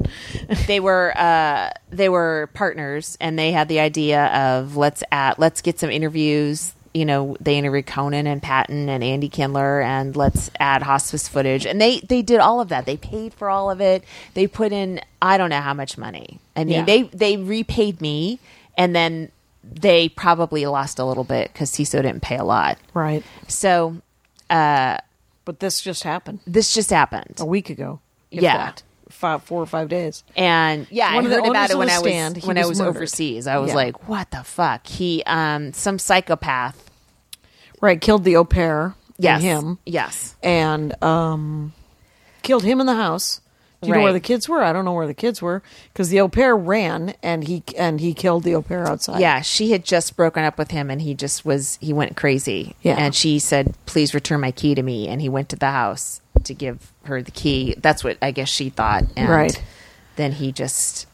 S2: they were uh, they were partners, and they had the idea of let's at let's get some interviews. You know, they interviewed Conan and Patton and Andy Kindler, and let's add hospice footage. And they they did all of that. They paid for all of it. They put in I don't know how much money. I mean,
S3: Yeah.
S2: they they repaid me, and then they probably lost a little bit because CISO didn't pay a lot.
S3: Right.
S2: So
S3: But this just happened
S2: this just happened,
S3: a week ago. if
S2: Yeah.
S3: That. Five, four or five days.
S2: and yeah,
S3: One
S2: I
S3: of the
S2: heard
S3: owners
S2: about
S3: of
S2: it when
S3: the
S2: I was
S3: stand, he
S2: when
S3: was
S2: I was
S3: murdered.
S2: overseas. I was
S3: Yeah.
S2: like, what the fuck? He um some psychopath.
S3: Right. Killed the au pair. and
S2: Yes,
S3: Him.
S2: Yes,
S3: And um, killed him in the house. Do you know where
S2: Right.
S3: the kids were? I don't know where the kids were because the au pair ran and he and he killed the au pair outside.
S2: yeah. She had just broken up with him, and he just was he went crazy.
S3: Yeah.
S2: and she said, "Please return my key to me." And he went to the house to give her the key. That's what I guess she thought. And
S3: Right.
S2: Then he just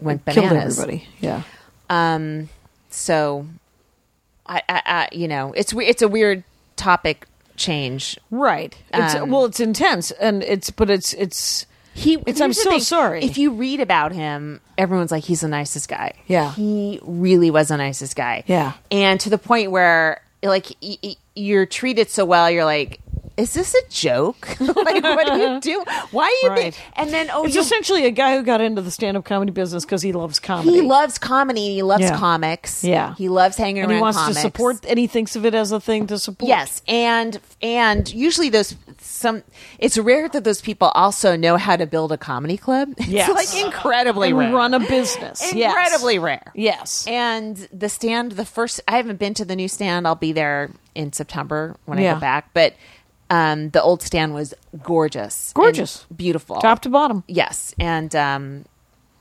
S2: went
S3: Killed
S2: bananas.
S3: everybody. Yeah.
S2: So, I, I, I you know, it's we- it's a weird topic change.
S3: Right. It's,
S2: Um,
S3: well, it's intense, and it's but it's it's
S2: He,
S3: It's-
S2: here's
S3: I'm
S2: the
S3: so
S2: thing.
S3: sorry.
S2: If you read about him, everyone's like, he's the nicest guy.
S3: Yeah.
S2: He really was the nicest guy.
S3: Yeah.
S2: And to the point where, like, y- y- you're treated so well, you're like, is this a joke? (laughs) like, what do
S3: (laughs)
S2: you do? Why are you?
S3: Right.
S2: being- And then, oh,
S3: it's
S2: you
S3: essentially a guy who got into the stand up comedy business because he loves comedy.
S2: he loves comedy. He loves
S3: Yeah.
S2: comics.
S3: Yeah.
S2: He loves hanging
S3: and
S2: around
S3: he wants
S2: comics.
S3: to support, and he thinks of it as a thing to support.
S2: Yes, and and usually those some it's rare that those people also know how to build a comedy club. (laughs)
S3: Yes.
S2: It's like incredibly
S3: And
S2: rare.
S3: run a business. Yes.
S2: incredibly rare.
S3: Yes.
S2: And the stand, the first, I haven't been to the new stand. I'll be there in September when I
S3: Yeah.
S2: go back. But um, the old stand was gorgeous,
S3: Gorgeous.
S2: and beautiful,
S3: Top to bottom.
S2: Yes, and um,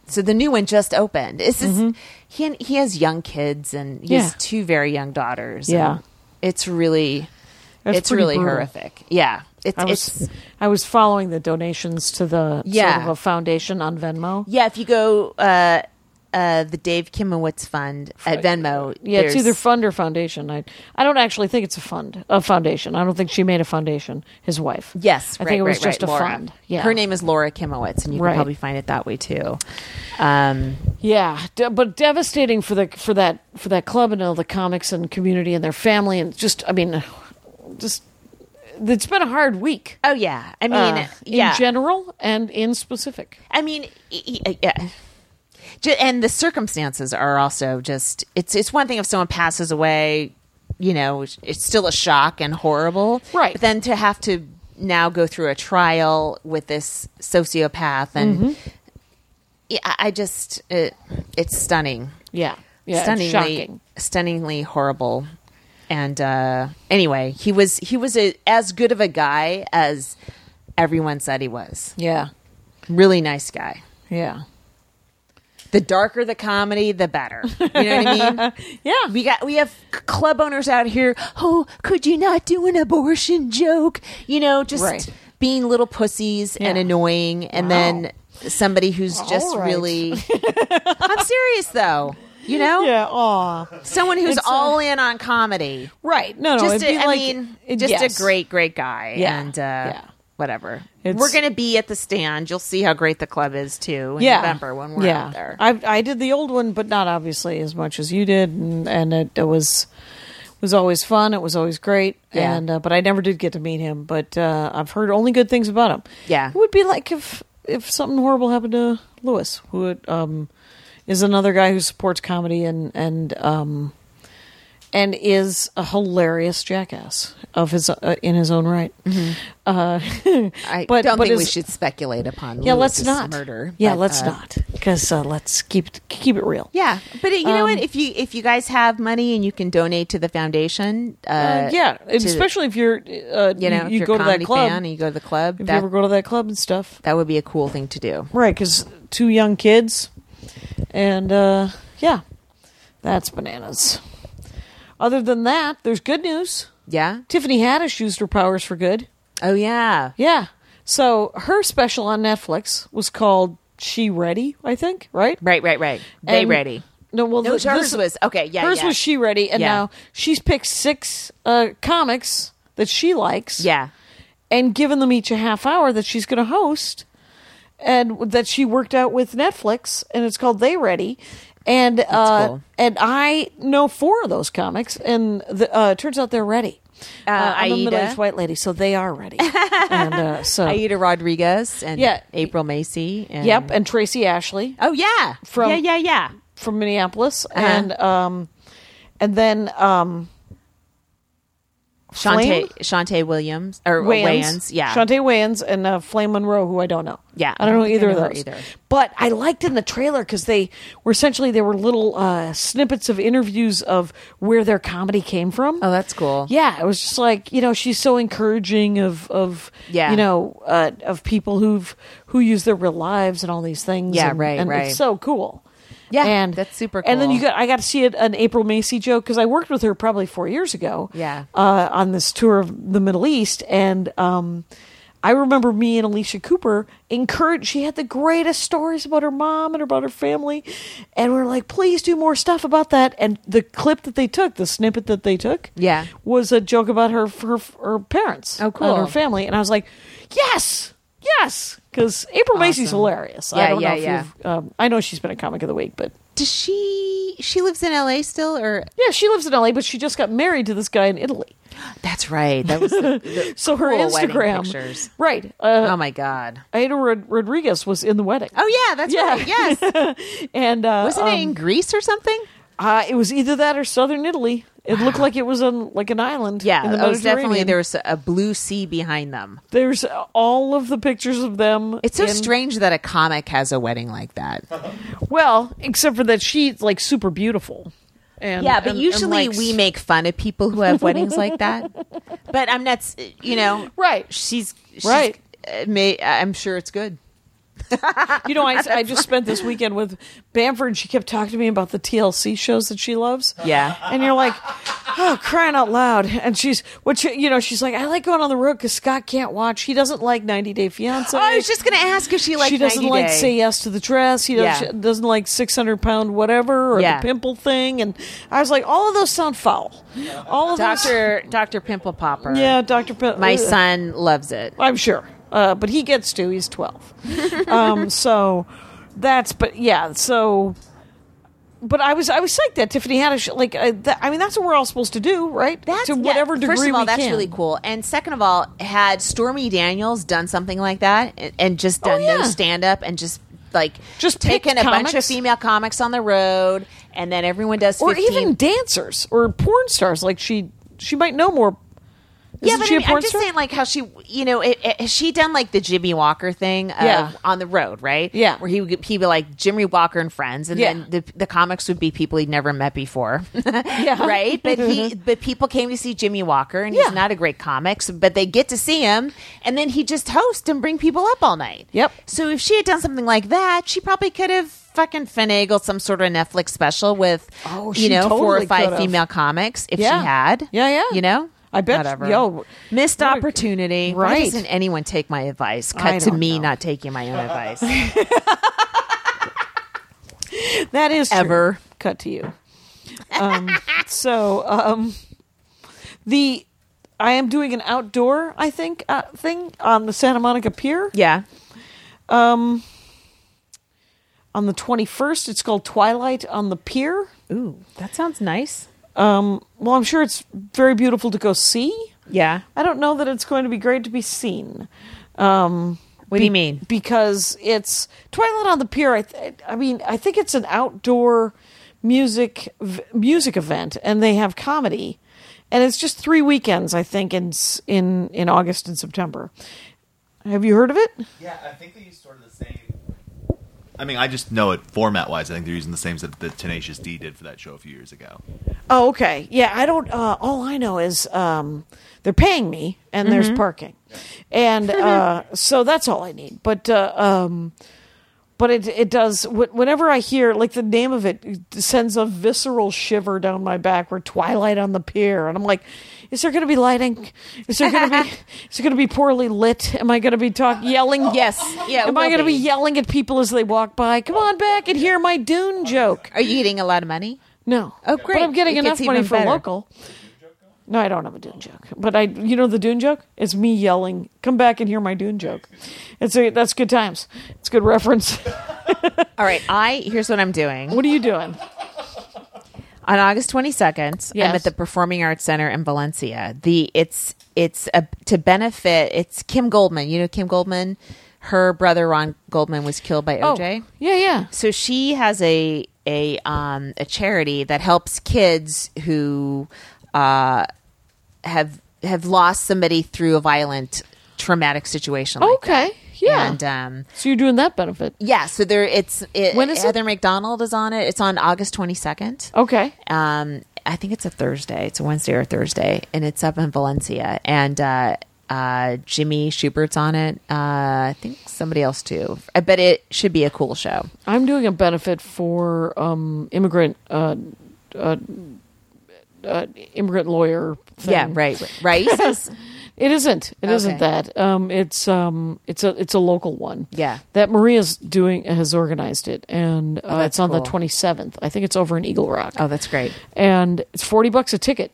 S2: so the new one just opened. It's just, he he has young kids and he
S3: Mm-hmm. Yeah.
S2: has two very young daughters.
S3: Yeah.
S2: and it's really
S3: That's
S2: it's
S3: pretty
S2: really
S3: brutal.
S2: horrific. Yeah, it's
S3: I
S2: it's
S3: was I was following the donations to the
S2: Yeah.
S3: sort of a foundation on Venmo.
S2: yeah. If you go. Uh, uh, the Dave Kimowitz Fund at Venmo.
S3: Yeah, it's
S2: there's-
S3: either fund or foundation. I I don't actually think it's a fund, a foundation. I don't think she made a foundation. His wife.
S2: Yes,
S3: I
S2: right,
S3: think it was
S2: right,
S3: just
S2: right,
S3: a
S2: Laura.
S3: fund. Yeah,
S2: her name is Laura Kimowitz, and you
S3: Right.
S2: can probably find it that way too. Um,
S3: Yeah, de- but devastating for the for that for that club and all the comics and community and their family and just I mean, just it's been a hard week.
S2: oh yeah, I mean,
S3: uh,
S2: yeah,
S3: in general and in specific.
S2: I mean, e- e- uh, yeah. Ju- And the circumstances are also just it's it's one thing if someone passes away, you know, it's still a shock and horrible,
S3: Right.
S2: But then to have to now go through a trial with this sociopath and
S3: Mm-hmm.
S2: yeah, I I just it, it's stunning.
S3: Yeah, yeah, it's
S2: stunningly
S3: shocking.
S2: stunningly horrible. And uh, anyway, he was he was a, as good of a guy as everyone said he was.
S3: Yeah,
S2: Really nice guy.
S3: yeah,
S2: The darker the comedy, the better. You know what I mean?
S3: (laughs) yeah.
S2: We got we have c- club owners out here. Oh, could you not do an abortion joke? You know, just
S3: Right.
S2: being little pussies and
S3: Yeah.
S2: annoying, and then somebody who's just
S3: right. (laughs)
S2: really. I'm serious though. You know,
S3: yeah, aw.
S2: someone who's
S3: It's, uh,
S2: all in on comedy.
S3: Right. No, no.
S2: just,
S3: it'd
S2: a,
S3: be
S2: I
S3: like-
S2: mean,
S3: it-
S2: just
S3: yes.
S2: a great, great guy.
S3: Yeah.
S2: And uh,
S3: Yeah.
S2: whatever.
S3: It's-
S2: we're going to be at the stand. You'll see how great the club is too in November when we're
S3: yeah.
S2: out there.
S3: I I did the old one, but not obviously as much as you did, and, and it, it was was always fun. It was always great,
S2: Yeah.
S3: and uh, but I never did get to meet him. But uh, I've heard only good things about him.
S2: Yeah.
S3: it would be like if if something horrible happened to Lewis, who would, um is another guy who supports comedy and and um and is a hilarious jackass of his uh, in his own right. Uh,
S2: Mm-hmm.
S3: (laughs)
S2: I
S3: but-
S2: don't
S3: but
S2: think we
S3: is-
S2: should speculate upon.
S3: yeah, let's
S2: Lewis's
S3: not
S2: murder.
S3: Yeah,
S2: but,
S3: let's
S2: uh,
S3: not because uh, let's keep keep it real.
S2: Yeah, but it- you know
S3: Um,
S2: what? If you if you guys have money and you can donate to the foundation, uh,
S3: Uh, yeah, and
S2: to-
S3: especially if you're, uh,
S2: you know, if
S3: you,
S2: you're
S3: go
S2: a
S3: to that
S2: comedy
S3: club.
S2: fan and you go to the club,
S3: if
S2: that,
S3: you ever go to that club and stuff,
S2: that would be a cool thing to do.
S3: right? Because two young kids, and uh, yeah, that's bananas. Other than that, there's good news.
S2: Yeah.
S3: Tiffany Haddish used her powers for good.
S2: Oh yeah.
S3: Yeah, so her special on Netflix was called "She Ready," I think, right?
S2: Right. Right. Right. They
S3: And-
S2: ready.
S3: No, well,
S2: No,
S3: th-
S2: hers
S3: this-
S2: was okay. Yeah.
S3: hers
S2: yeah.
S3: was she ready, and
S2: Yeah.
S3: now she's picked six uh, comics that she likes.
S2: Yeah.
S3: and given them each a half hour that she's going to host and that she worked out with Netflix and it's called They Ready and uh
S2: cool.
S3: and I know four of those comics and the, uh it turns out they're ready. Uh, I'm a
S2: Aida?
S3: middle-aged white lady, so they
S2: (laughs)
S3: are ready. and (laughs) uh, so
S2: Aida Rodriguez and
S3: Yeah.
S2: April Macy. And,
S3: yep, and Tracy Ashley
S2: oh yeah.
S3: From-
S2: yeah. Yeah. Yeah.
S3: from Minneapolis and um and then um Flame?
S2: Shantae Shantae Williams or Wayans. Yeah.
S3: Shantae Wayans and uh, Flame Monroe, who I don't know.
S2: Yeah,
S3: I don't know either of
S2: know her
S3: those.
S2: either.
S3: But I liked in the trailer because they were essentially they were little uh, snippets of interviews of where their comedy came from.
S2: Oh, that's cool.
S3: Yeah, it was just like you know she's so encouraging of of
S2: Yeah.
S3: you know uh, of people who've who use their real lives and all these things.
S2: Yeah,
S3: and-
S2: right,
S3: and
S2: right.
S3: It's so cool.
S2: Yeah,
S3: and
S2: that's super
S3: And then
S2: cool.
S3: you got I got to see it, an April Macy joke because I worked with her probably four years ago.
S2: Yeah.
S3: uh, on this tour of the Middle East, and um, I remember me and Alicia Cooper encouraged. She had the greatest stories about her mom and about her family, and we are like, please do more stuff about that. And the clip that they took, the snippet that they took,
S2: Yeah.
S3: was a joke about her her her parents,
S2: Oh,
S3: and
S2: cool.
S3: her family. And I was like, yes, yes, because April Macy's hilarious. I
S2: Yeah,
S3: don't
S2: yeah,
S3: know if
S2: yeah.
S3: you've, um, I know she's been a comic of the week, but
S2: Does she? She lives in L.A. still, or
S3: yeah, she lives in LA, but she just got married to this guy in Italy.
S2: that's right. That was (laughs) the,
S3: So her
S2: Cool wedding
S3: Instagram,
S2: pictures.
S3: right? Uh,
S2: oh my god.
S3: Ada Rod- Rodriguez was in the wedding.
S2: Oh yeah, that's
S3: Yeah.
S2: right. (laughs) Yes,
S3: (laughs) and uh,
S2: wasn't
S3: um,
S2: it in Greece or something?
S3: Uh, it was either that or southern Italy. It looked like it was on like an island. in
S2: Yeah, oh,
S3: the
S2: it was definitely
S3: Mediterranean.
S2: there was a blue sea behind them.
S3: There's uh, all of the pictures of them.
S2: It's so
S3: in-
S2: strange that a comic has a wedding like that.
S3: Well, except for that she's like super beautiful. And,
S2: Yeah, but
S3: and- and
S2: usually
S3: likes-
S2: we make fun of people who have weddings (laughs) like that. But I'm not, s- you know,
S3: right.
S2: she's, she's
S3: Right.
S2: uh, may, I'm sure it's good. (laughs)
S3: You know, I, I just spent this weekend with Bamford. and She kept talking to me about the TLC shows that she loves.
S2: Yeah.
S3: and you're like, oh, crying out loud. And she's, which you know, she's like, I like going on the road because Scott can't watch. He doesn't like 90 Day Fiance.
S2: I was Oh, just gonna ask if she liked.
S3: she doesn't
S2: 90
S3: like
S2: Day.
S3: say yes to the dress. He doesn't,
S2: Yeah.
S3: she doesn't like 600 pound whatever or
S2: Yeah.
S3: the pimple thing. And I was like, all of those sound foul. All
S2: (laughs)
S3: of those.
S2: Doctor Doctor Pimple Popper.
S3: Yeah, uh, Dr. Pimple.
S2: My son loves it.
S3: I'm sure. Uh, but he gets to. He's 12.
S2: (laughs)
S3: um, so that's, but yeah, so. But I was I was psyched that Tiffany Haddish like uh, that, I mean that's what we're all supposed to do right to
S2: yeah,
S3: whatever degree
S2: First of all,
S3: we
S2: that's
S3: can.
S2: really cool. And second of all, had Stormy Daniels done something like that and, and just done
S3: Oh, yeah.
S2: no stand up and just like
S3: Just
S2: taken a
S3: picked
S2: bunch of
S3: comics.
S2: female comics on the road and then everyone does 15
S3: or even dancers or porn stars. Like she, she might know more.
S2: yeah,
S3: Isn't
S2: but
S3: she
S2: I
S3: a
S2: mean,
S3: porn
S2: I'm just
S3: star?
S2: saying, like how she, you know, it, it, has she done like the Jimmy Walker thing? Of,
S3: Yeah.
S2: on the road, right?
S3: Yeah.
S2: where he would he would like Jimmy Walker and friends, and
S3: Yeah.
S2: then the, the comics would be people he'd never met before, (laughs)
S3: Yeah.
S2: right? But
S3: (laughs)
S2: he, but people came to see Jimmy Walker, and
S3: Yeah.
S2: he's not a great comic, so, but they get to see him, and then he just hosts and bring people up all night.
S3: Yep.
S2: So if she had done something like that, she probably could have fucking finagled some sort of Netflix special with,
S3: Oh, she
S2: you know, four
S3: totally
S2: or five
S3: could've.
S2: female comics if
S3: Yeah.
S2: she had.
S3: Yeah, yeah.
S2: You know.
S3: I bet-
S2: Whatever.
S3: yo,
S2: missed
S3: what a-
S2: opportunity.
S3: Right.
S2: Why doesn't anyone take my advice?
S3: I
S2: Cut to
S3: don't
S2: me
S3: know.
S2: not taking my
S3: (laughs)
S2: own advice.
S3: that is true.
S2: Ever.
S3: cut to you. Um, so um, the I am doing an outdoor I think uh, thing on the Santa Monica Pier
S2: yeah.
S3: on the twenty first. It's called Twilight on the Pier.
S2: Ooh, that sounds nice.
S3: Well, I'm sure it's very beautiful to go see.
S2: Yeah.
S3: I don't know that it's going to be great to be seen.
S2: What do you mean?
S3: because it's Twilight on the Pier. I, th- I mean, I think it's an outdoor music v- music event, and they have comedy, and it's just three weekends, I think, in s- in in August and September. Have you heard of it?
S4: Yeah, I think they use sort of the same. I mean, I just know it format wise. I think they're using the same that the Tenacious D did for that show a few years ago.
S3: Oh, okay. Yeah, I don't. Uh, all I know is um, they're paying me, and there's
S2: Mm-hmm.
S3: parking,
S2: (laughs)
S3: and uh, so that's all I need. But uh, um, but it it does. wh- Whenever I hear like the name of it, it sends a visceral shiver down my back. Where Twilight on the Pier, and I'm like, is there going to be lighting? Is there going
S2: (laughs)
S3: to be? is it going to be poorly lit? Am I going to be talk yelling?
S2: Yes. Yeah. it
S3: Am I
S2: will
S3: going to be yelling at people as they walk by? Come on back and hear my Dune joke.
S2: Are you getting a lot of money?
S3: No.
S2: Oh,
S3: But
S2: great.
S3: I'm getting
S2: It
S3: enough
S2: gets
S3: money
S2: even
S3: for
S2: better.
S3: local. No, I don't have a Dune joke. But I, you know, the Dune joke It's me yelling, "Come back and hear my Dune joke." It's a, that's good times. It's good reference. (laughs)
S2: All right. I here's what I'm doing.
S3: what are you doing?
S2: on August 22nd,
S3: Yes.
S2: I'm at the Performing Arts Center in Valencia. The it's it's a, to benefit. It's Kim Goldman. You know Kim Goldman. Her brother Ron Goldman was killed by OJ.
S3: yeah, yeah.
S2: So she has a a um a charity that helps kids who uh have have lost somebody through a violent traumatic situation. like that.
S3: Okay, Oh, yeah.
S2: And um
S3: so you're doing that benefit.
S2: yeah, so there it's it,
S3: When is it?
S2: Heather McDonald is on it. It's on August 22nd.
S3: Okay.
S2: Um, I think it's a Thursday. It's a Wednesday or Thursday, and it's up in Valencia. And uh, uh, Jimmy Schubert's on it. Uh, I think somebody else too. I bet it should be a cool show.
S3: I'm doing a benefit for um, immigrant uh, uh, uh, immigrant lawyer. Thing.
S2: Yeah, right. Rice.
S3: It isn't. It
S2: Okay.
S3: not that. Um, it's um, it's a it's a local one.
S2: Yeah. Oh,
S3: that Maria's doing has organized it, and uh, it's on the
S2: cool.
S3: twenty seventh. I think it's over in Eagle Rock.
S2: oh, that's great.
S3: and it's forty bucks a ticket,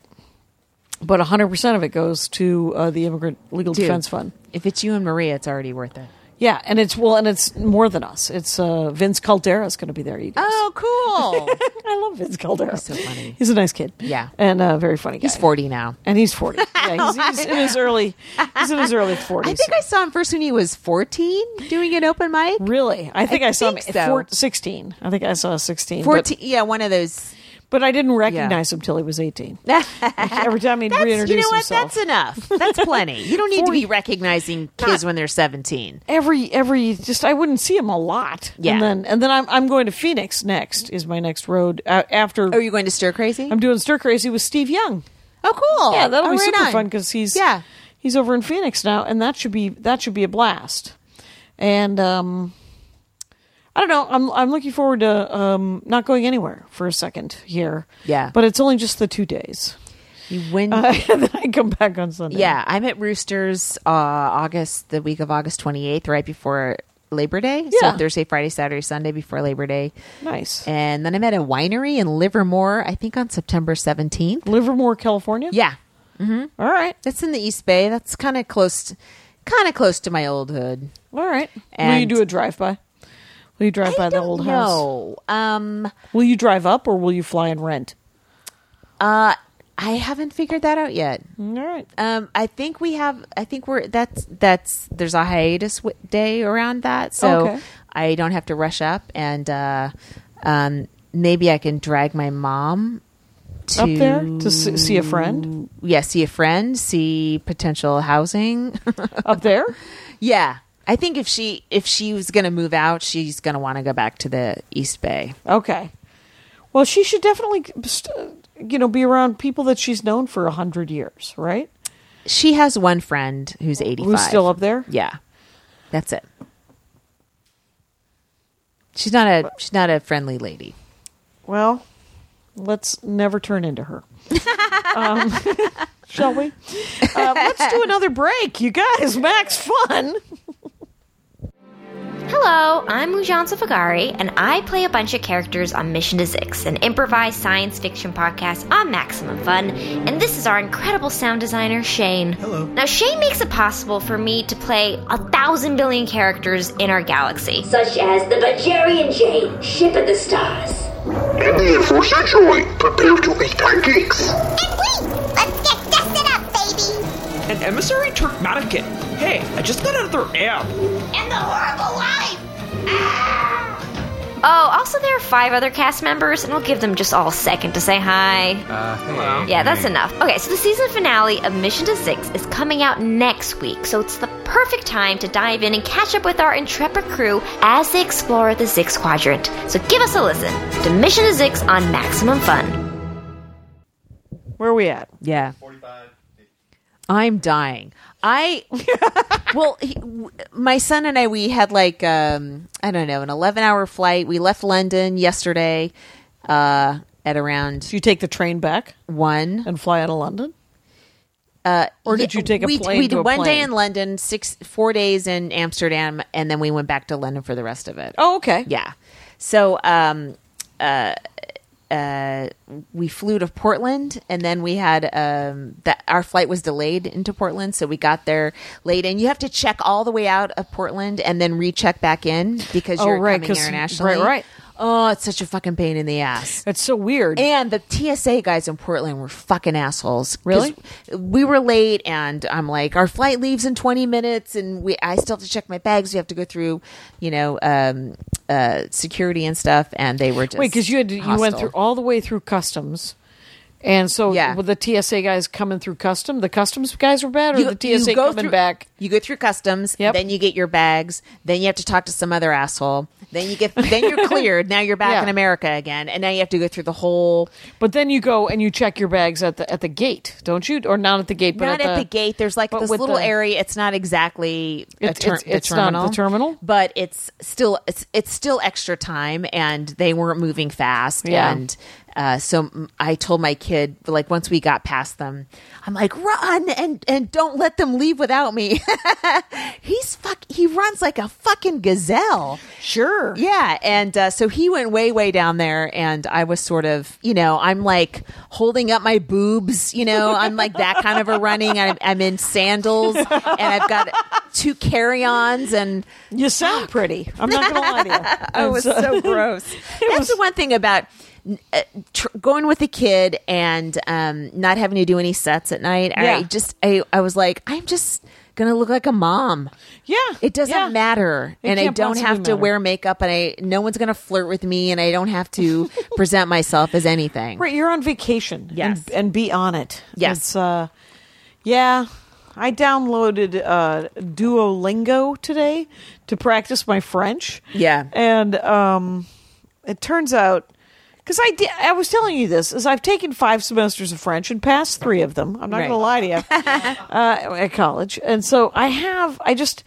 S3: but hundred percent of it goes to uh, the Immigrant Legal
S2: Dude,
S3: Defense Fund.
S2: If it's you and Maria, it's already worth it.
S3: Yeah, and it's well, and it's more than us. It's uh, Vince Caldera is going to be there. You guys.
S2: Oh, cool.
S3: I love Vince Caldera. He's
S2: so funny.
S3: He's a nice kid.
S2: Yeah.
S3: and a very funny
S2: (laughs)
S3: guy.
S2: He's forty now.
S3: and
S2: (laughs)
S3: he's forty. Yeah, he's, he's in his early. He's in his early forties.
S2: I think I saw him first when he was fourteen, doing an open mic.
S3: Really? I think I, saw him
S2: think
S3: at four-
S2: so.
S3: 16. I think I saw 16. but-
S2: Fourteen, yeah, one of those. (laughs)
S3: But, I didn't recognize him till he was 18. Every time he'd
S2: That's,
S3: reintroduce
S2: you know what?
S3: himself.
S2: That's enough. That's plenty. You don't need to
S3: 40.
S2: be recognizing kids when they're seventeen.
S3: every every just I wouldn't see him a lot.
S2: Yeah.
S3: And then and then I'm I'm going to Phoenix next is my next road uh, after
S2: Oh, Are you going to stir crazy?
S3: I'm doing stir crazy with Steve Young.
S2: oh, cool.
S3: Yeah, that'll
S2: Oh,
S3: be
S2: right
S3: super
S2: on.
S3: fun because he's
S2: Yeah.
S3: he's over in Phoenix now, and that should be that should be a blast. And um, I don't know. I'm I'm looking forward to um, not going anywhere for a second here.
S2: Yeah.
S3: but it's only just the two days. (laughs)
S2: You win.
S3: and then I come back on Sunday.
S2: yeah, I'm at Roosters uh, August, the week of August 28th, right before Labor Day.
S3: Yeah.
S2: So Thursday, Friday, Saturday, Sunday before Labor Day.
S3: nice.
S2: And then I'm at a winery in Livermore, I think on September 17th.
S3: Livermore, California.
S2: Yeah,
S3: All right.
S2: that's in the East Bay. That's kind of close, kind of close to my old hood.
S3: All right. Will you
S2: And-
S3: do a drive by? Will you drive by
S2: I
S3: the
S2: don't
S3: old house?
S2: know. Um,
S3: Will you drive up or will you fly and rent?
S2: uh, I haven't figured that out yet.
S3: All right.
S2: Um, I think we have. I think we're that's that's there's a hiatus w- day around that, so
S3: Okay.
S2: I don't have to rush up, and uh, um, maybe I can drag my mom to
S3: Up there to s- see
S2: (laughs)
S3: a friend.
S2: yeah, see a friend, see potential housing.
S3: Up there.
S2: yeah, I think if she if she was gonna move out, she's gonna want to go back to the East Bay.
S3: Okay. Well, she should definitely, st- you know, be around people that she's known for a hundred years, right?
S2: She has one friend who's eighty five,
S3: Who's still up there?
S2: Yeah, that's it. She's not a she's not a friendly lady.
S3: Well, let's never turn into her. (laughs) um, (laughs) shall we? Uh, let's do another break, you guys. Max, fun.
S8: Hello, I'm Lujan Safagari, and I play a bunch of characters on Mission to Zix, an improvised science fiction podcast on Maximum Fun, and this is our incredible sound designer, Shane. Hello. Now, Shane makes it possible for me to play a thousand billion characters in our galaxy.
S9: such as the Bajarian Jay, ship of the stars.
S10: In the Enforcer Joy, prepare to eat pancakes.
S11: And wait! Let's get dusted up, baby!
S6: An emissary Turkmanican. Hey, I just got another app.
S11: And the horrible life! Ah!
S8: Oh, also, there are five other cast members, and I'll give them just all a second to say hi. Yeah, that's enough. Okay, so the season finale of Mission to Six is coming out next week, so it's the perfect time to dive in and catch up with our intrepid crew as they explore the Six Quadrant. So give us a listen to Mission to Six on Maximum Fun.
S3: Where are we at?
S2: Yeah. I'm dying.
S3: (laughs)
S2: I well, he, w- my son and I we had like um I don't know an 11 hour flight. We left London yesterday uh at around
S3: Do you take the train back
S2: 1.
S3: and fly out of London? Uh, or did you take a
S2: we,
S3: plane?
S2: we
S3: to
S2: did
S3: a
S2: one day
S3: plane?
S2: in London, 6 4 days in Amsterdam and then we went back to London for the rest of it.
S3: Oh, okay.
S2: Yeah. So um uh uh we flew to Portland and then we had um that our flight was delayed into Portland so we got there late and you have to check all the way out of Portland and then recheck back in because
S3: Oh,
S2: you're
S3: right,
S2: coming
S3: 'cause-
S2: internationally.
S3: right, right.
S2: Oh, it's such a fucking pain in the ass.
S3: It's so weird.
S2: And the TSA guys in Portland were fucking assholes. 'Cause
S3: Really?
S2: We were late, and I'm like, our flight leaves in 20 minutes, and we I still have to check my bags. We have to go through, you know, um, uh, security and stuff. And they were just
S3: Wait, because you had to, you went
S2: hostile.
S3: through all the way through customs, and so
S2: Yeah.
S3: were the TSA guys coming through custom, the customs guys were bad, or
S2: You-
S3: the TSA
S2: you go
S3: coming
S2: through-
S3: back.
S2: You go through customs, then you get your bags, then you have to talk to some other asshole. Then you get then
S3: (laughs)
S2: you're cleared. Now you're back
S3: Yeah.
S2: in America again, and now you have to go through the whole.
S3: But then you go and you check your bags at the at the gate, don't you? Or not at the gate, but
S2: Not at the gate. There's like
S3: but
S2: this
S3: with
S2: little
S3: the-
S2: area. It's not exactly the,
S3: It's-
S2: ter-
S3: it's-
S2: the
S3: it's not
S2: terminal,
S3: the terminal?
S2: but it's still it's it's still extra time, and they weren't moving fast.
S3: Yeah.
S2: And uh, so m- I told my kid, like once we got past them, I'm like, run and and don't let them leave without me. (laughs) He's fuck. He runs like a fucking gazelle.
S3: Sure.
S2: Yeah, and uh, so he went way, way down there, and I was sort of, you know, I'm like holding up my boobs, you know, I'm like that kind of a running. I'm, I'm in sandals, and I've got two carry-ons, and
S3: you sound pretty. I'm not gonna lie to you.
S2: oh, it was
S3: It's, uh,
S2: so gross. That's the one thing about uh, tr- going with a kid and um, not having to do any sets at night.
S3: Yeah.
S2: I just, I, I was like, I'm just gonna look like a mom.
S3: (laughs) Yeah,
S2: It doesn't
S3: yeah.
S2: matter,
S3: It
S2: and I
S3: can't
S2: don't
S3: possibly
S2: have to
S3: matter.
S2: wear makeup, and I no one's gonna flirt with me, and I don't have
S3: (laughs)
S2: to present myself as anything.
S3: Right, you're on vacation.
S2: Yes.
S3: And, and be on it.
S2: Yes.
S3: It's, uh, yeah. I downloaded uh, Duolingo today to practice my French.
S2: Yeah.
S3: And um, it turns out, because I, di- I was telling you this, is I've taken five semesters of French and passed three of them. I'm not
S2: Right.
S3: going to lie to you.
S2: (laughs)
S3: uh, at college. And so I have, I just,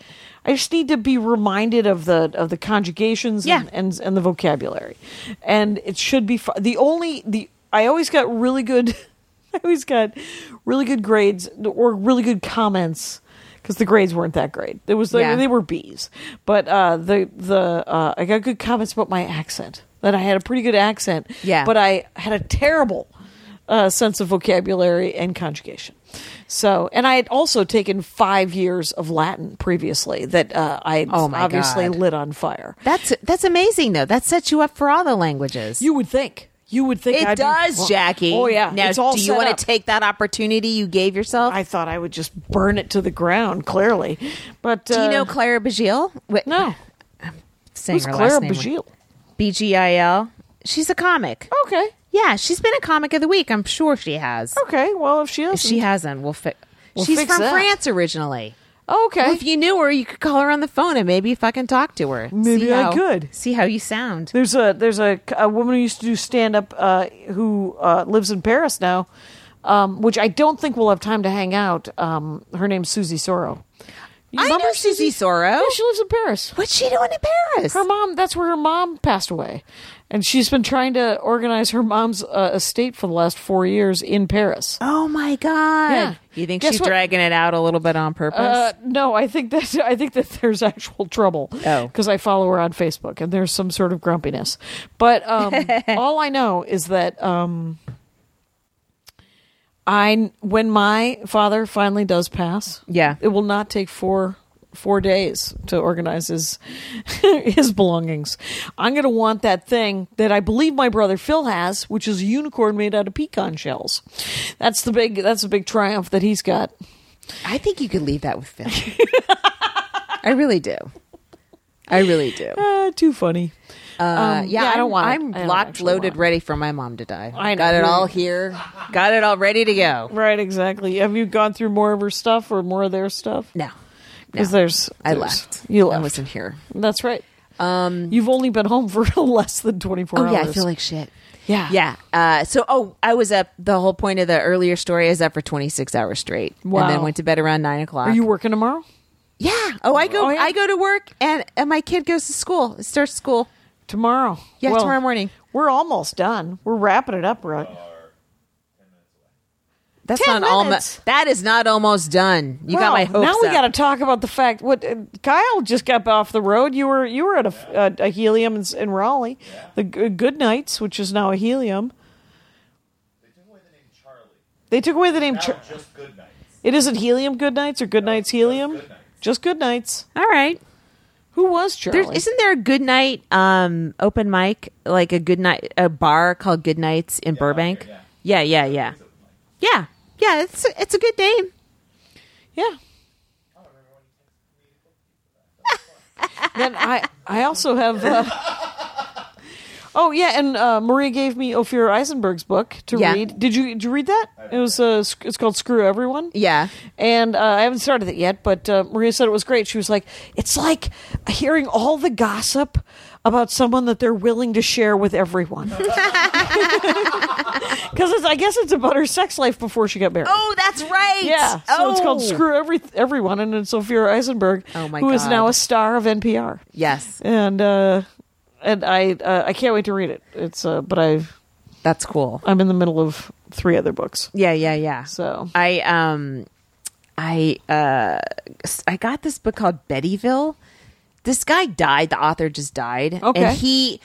S3: I just need to be reminded of the of the conjugations
S2: Yeah.
S3: and, and and the vocabulary, and it should be fu- the only the I always got really good, (laughs) I always got really good grades or really good comments because the grades weren't that great. It was like,
S2: Yeah.
S3: they were B's, but uh, the the uh, I got good comments about my accent that I had a pretty good accent,
S2: Yeah.
S3: but I had a terrible uh, sense of vocabulary and conjugation. So, and I had also taken five years of Latin previously that uh, I
S2: Oh, my
S3: obviously
S2: God.
S3: lit on fire.
S2: That's that's amazing though. That sets you up for all the languages.
S3: You would think. You would think
S2: it
S3: I'd be-
S2: does,
S3: well,
S2: Jackie.
S3: Oh yeah,
S2: Now,
S3: it's all
S2: do you
S3: want
S2: want to take that opportunity you gave yourself?
S3: I thought I would just burn it to the ground. Clearly, but
S2: do you
S3: uh,
S2: know Clara Bagil? Wait,
S3: no,
S2: saying
S3: who's
S2: her
S3: Clara
S2: last name.
S3: Bagil?
S2: B G I L. She's a comic.
S3: Okay,
S2: Yeah, she's been a comic of the week. I'm sure she has.
S3: okay. Well, if she
S2: If
S3: is,
S2: she hasn't, we'll fix.
S3: Oh, We'll
S2: she's
S3: fix
S2: from
S3: that.
S2: France originally.
S3: okay.
S2: Well, if you knew her, you could call her on the phone and maybe fucking talk to her.
S3: Maybe
S2: See
S3: I
S2: how-
S3: could.
S2: see how you sound.
S3: There's a there's a, a woman who used to do stand up uh, who uh, lives in Paris now, um, which I don't think we'll have time to hang out. Um, her name's Susie Soro. You
S2: I
S3: remember
S2: know Susie Soro.
S3: Yeah, she lives in Paris.
S2: What's she doing in Paris?
S3: Her mom. That's where her mom passed away, and she's been trying to organize her mom's uh, estate for the last four years in Paris.
S2: oh my god!
S3: Yeah.
S2: You think
S3: Guess
S2: she's
S3: what?
S2: dragging it out a little bit on purpose?
S3: Uh, no, I think that (laughs) I think that there's actual trouble.
S2: Oh.
S3: because I follow her on Facebook, and there's some sort of grumpiness. But
S2: (laughs)
S3: um, all I know is that um, I when my father finally does pass,
S2: Yeah.
S3: it will not take four four days to organize his (laughs) his belongings. I'm going to want that thing that I believe my brother Phil has, which is a unicorn made out of pecan shells. That's the big that's the big triumph that he's got.
S2: I think you could leave that
S3: (laughs)
S2: with Phil. I really do. I really do.
S3: Uh, too funny.
S2: Uh, yeah,
S3: Um, yeah, I
S2: I'm-
S3: don't want it.
S2: I'm
S3: I don't
S2: locked,
S3: actually
S2: loaded,
S3: want it.
S2: ready for my mom to die.
S3: I know. Mm.
S2: Got it all here. Got it all ready to go.
S3: Right, exactly. Have you gone through more of her stuff or more of their stuff?
S2: No, no.
S3: Because there's,
S2: I
S3: there's-
S2: left.
S3: You left.
S2: I wasn't here.
S3: That's right. Um, You've only been home for (laughs) less than twenty four
S2: Oh
S3: hours.
S2: yeah, I feel like shit.
S3: Yeah.
S2: yeah. Uh, so oh, I was up. The whole point of the earlier story is up for twenty six hours straight,
S3: Wow.
S2: and then went to bed around nine o'clock.
S3: Are you working tomorrow?
S2: yeah. Oh, I go.
S3: Oh, yeah.
S2: I go to work, and, and my kid goes to school. It starts school.
S3: Tomorrow.
S2: Yeah, tomorrow morning.
S3: We're almost done. We're wrapping it up, right?
S2: That's
S3: 10
S2: not
S3: minutes.
S2: almost. That is not almost done. You got
S3: Wow,
S2: my hopes
S3: Now we
S2: up.
S3: got to talk about the fact. What uh, Kyle just got off the road. You were you were at a, a, a helium in, in Raleigh, the G- Good Nights, which is now a helium. They took away the name Charlie. They took away the name. Char-
S4: Just good nights.
S3: It isn't Helium Good Nights or Good Nights Helium? Just Good Nights.
S2: all right.
S3: Who was Charlie?
S2: There's, isn't there a good night um, open mic, like a good night, a bar called Good Nights in Burbank? yeah. yeah, yeah, yeah, yeah, yeah. It's a, it's a good name.
S3: yeah. (laughs) then I I also have uh, Oh yeah, and uh, Maria gave me Ophir Eisenberg's book to
S2: Yeah.
S3: read. Did you did you read that? It was uh, sc- it's called Screw Everyone.
S2: Yeah,
S3: and uh, I haven't started it yet, but uh, Maria said it was great. She was like, it's like hearing all the gossip about someone that they're willing to share with everyone. (laughs) Because I guess it's about her sex life before she got married.
S2: Oh, that's right.
S3: Yeah, so it's called
S2: Oh.
S3: "Screw Every Everyone," and it's Sophia Eisenberg,
S2: Oh, my
S3: who is
S2: God.
S3: now a star of NPR.
S2: Yes,
S3: and uh, and I uh, I can't wait to read it. It's uh, but I
S2: that's cool.
S3: I'm in the middle of three other books.
S2: Yeah, yeah, yeah.
S3: So
S2: I um I uh s- I got this book called Bettyville. This guy died, the author just died.
S3: Okay.
S2: And he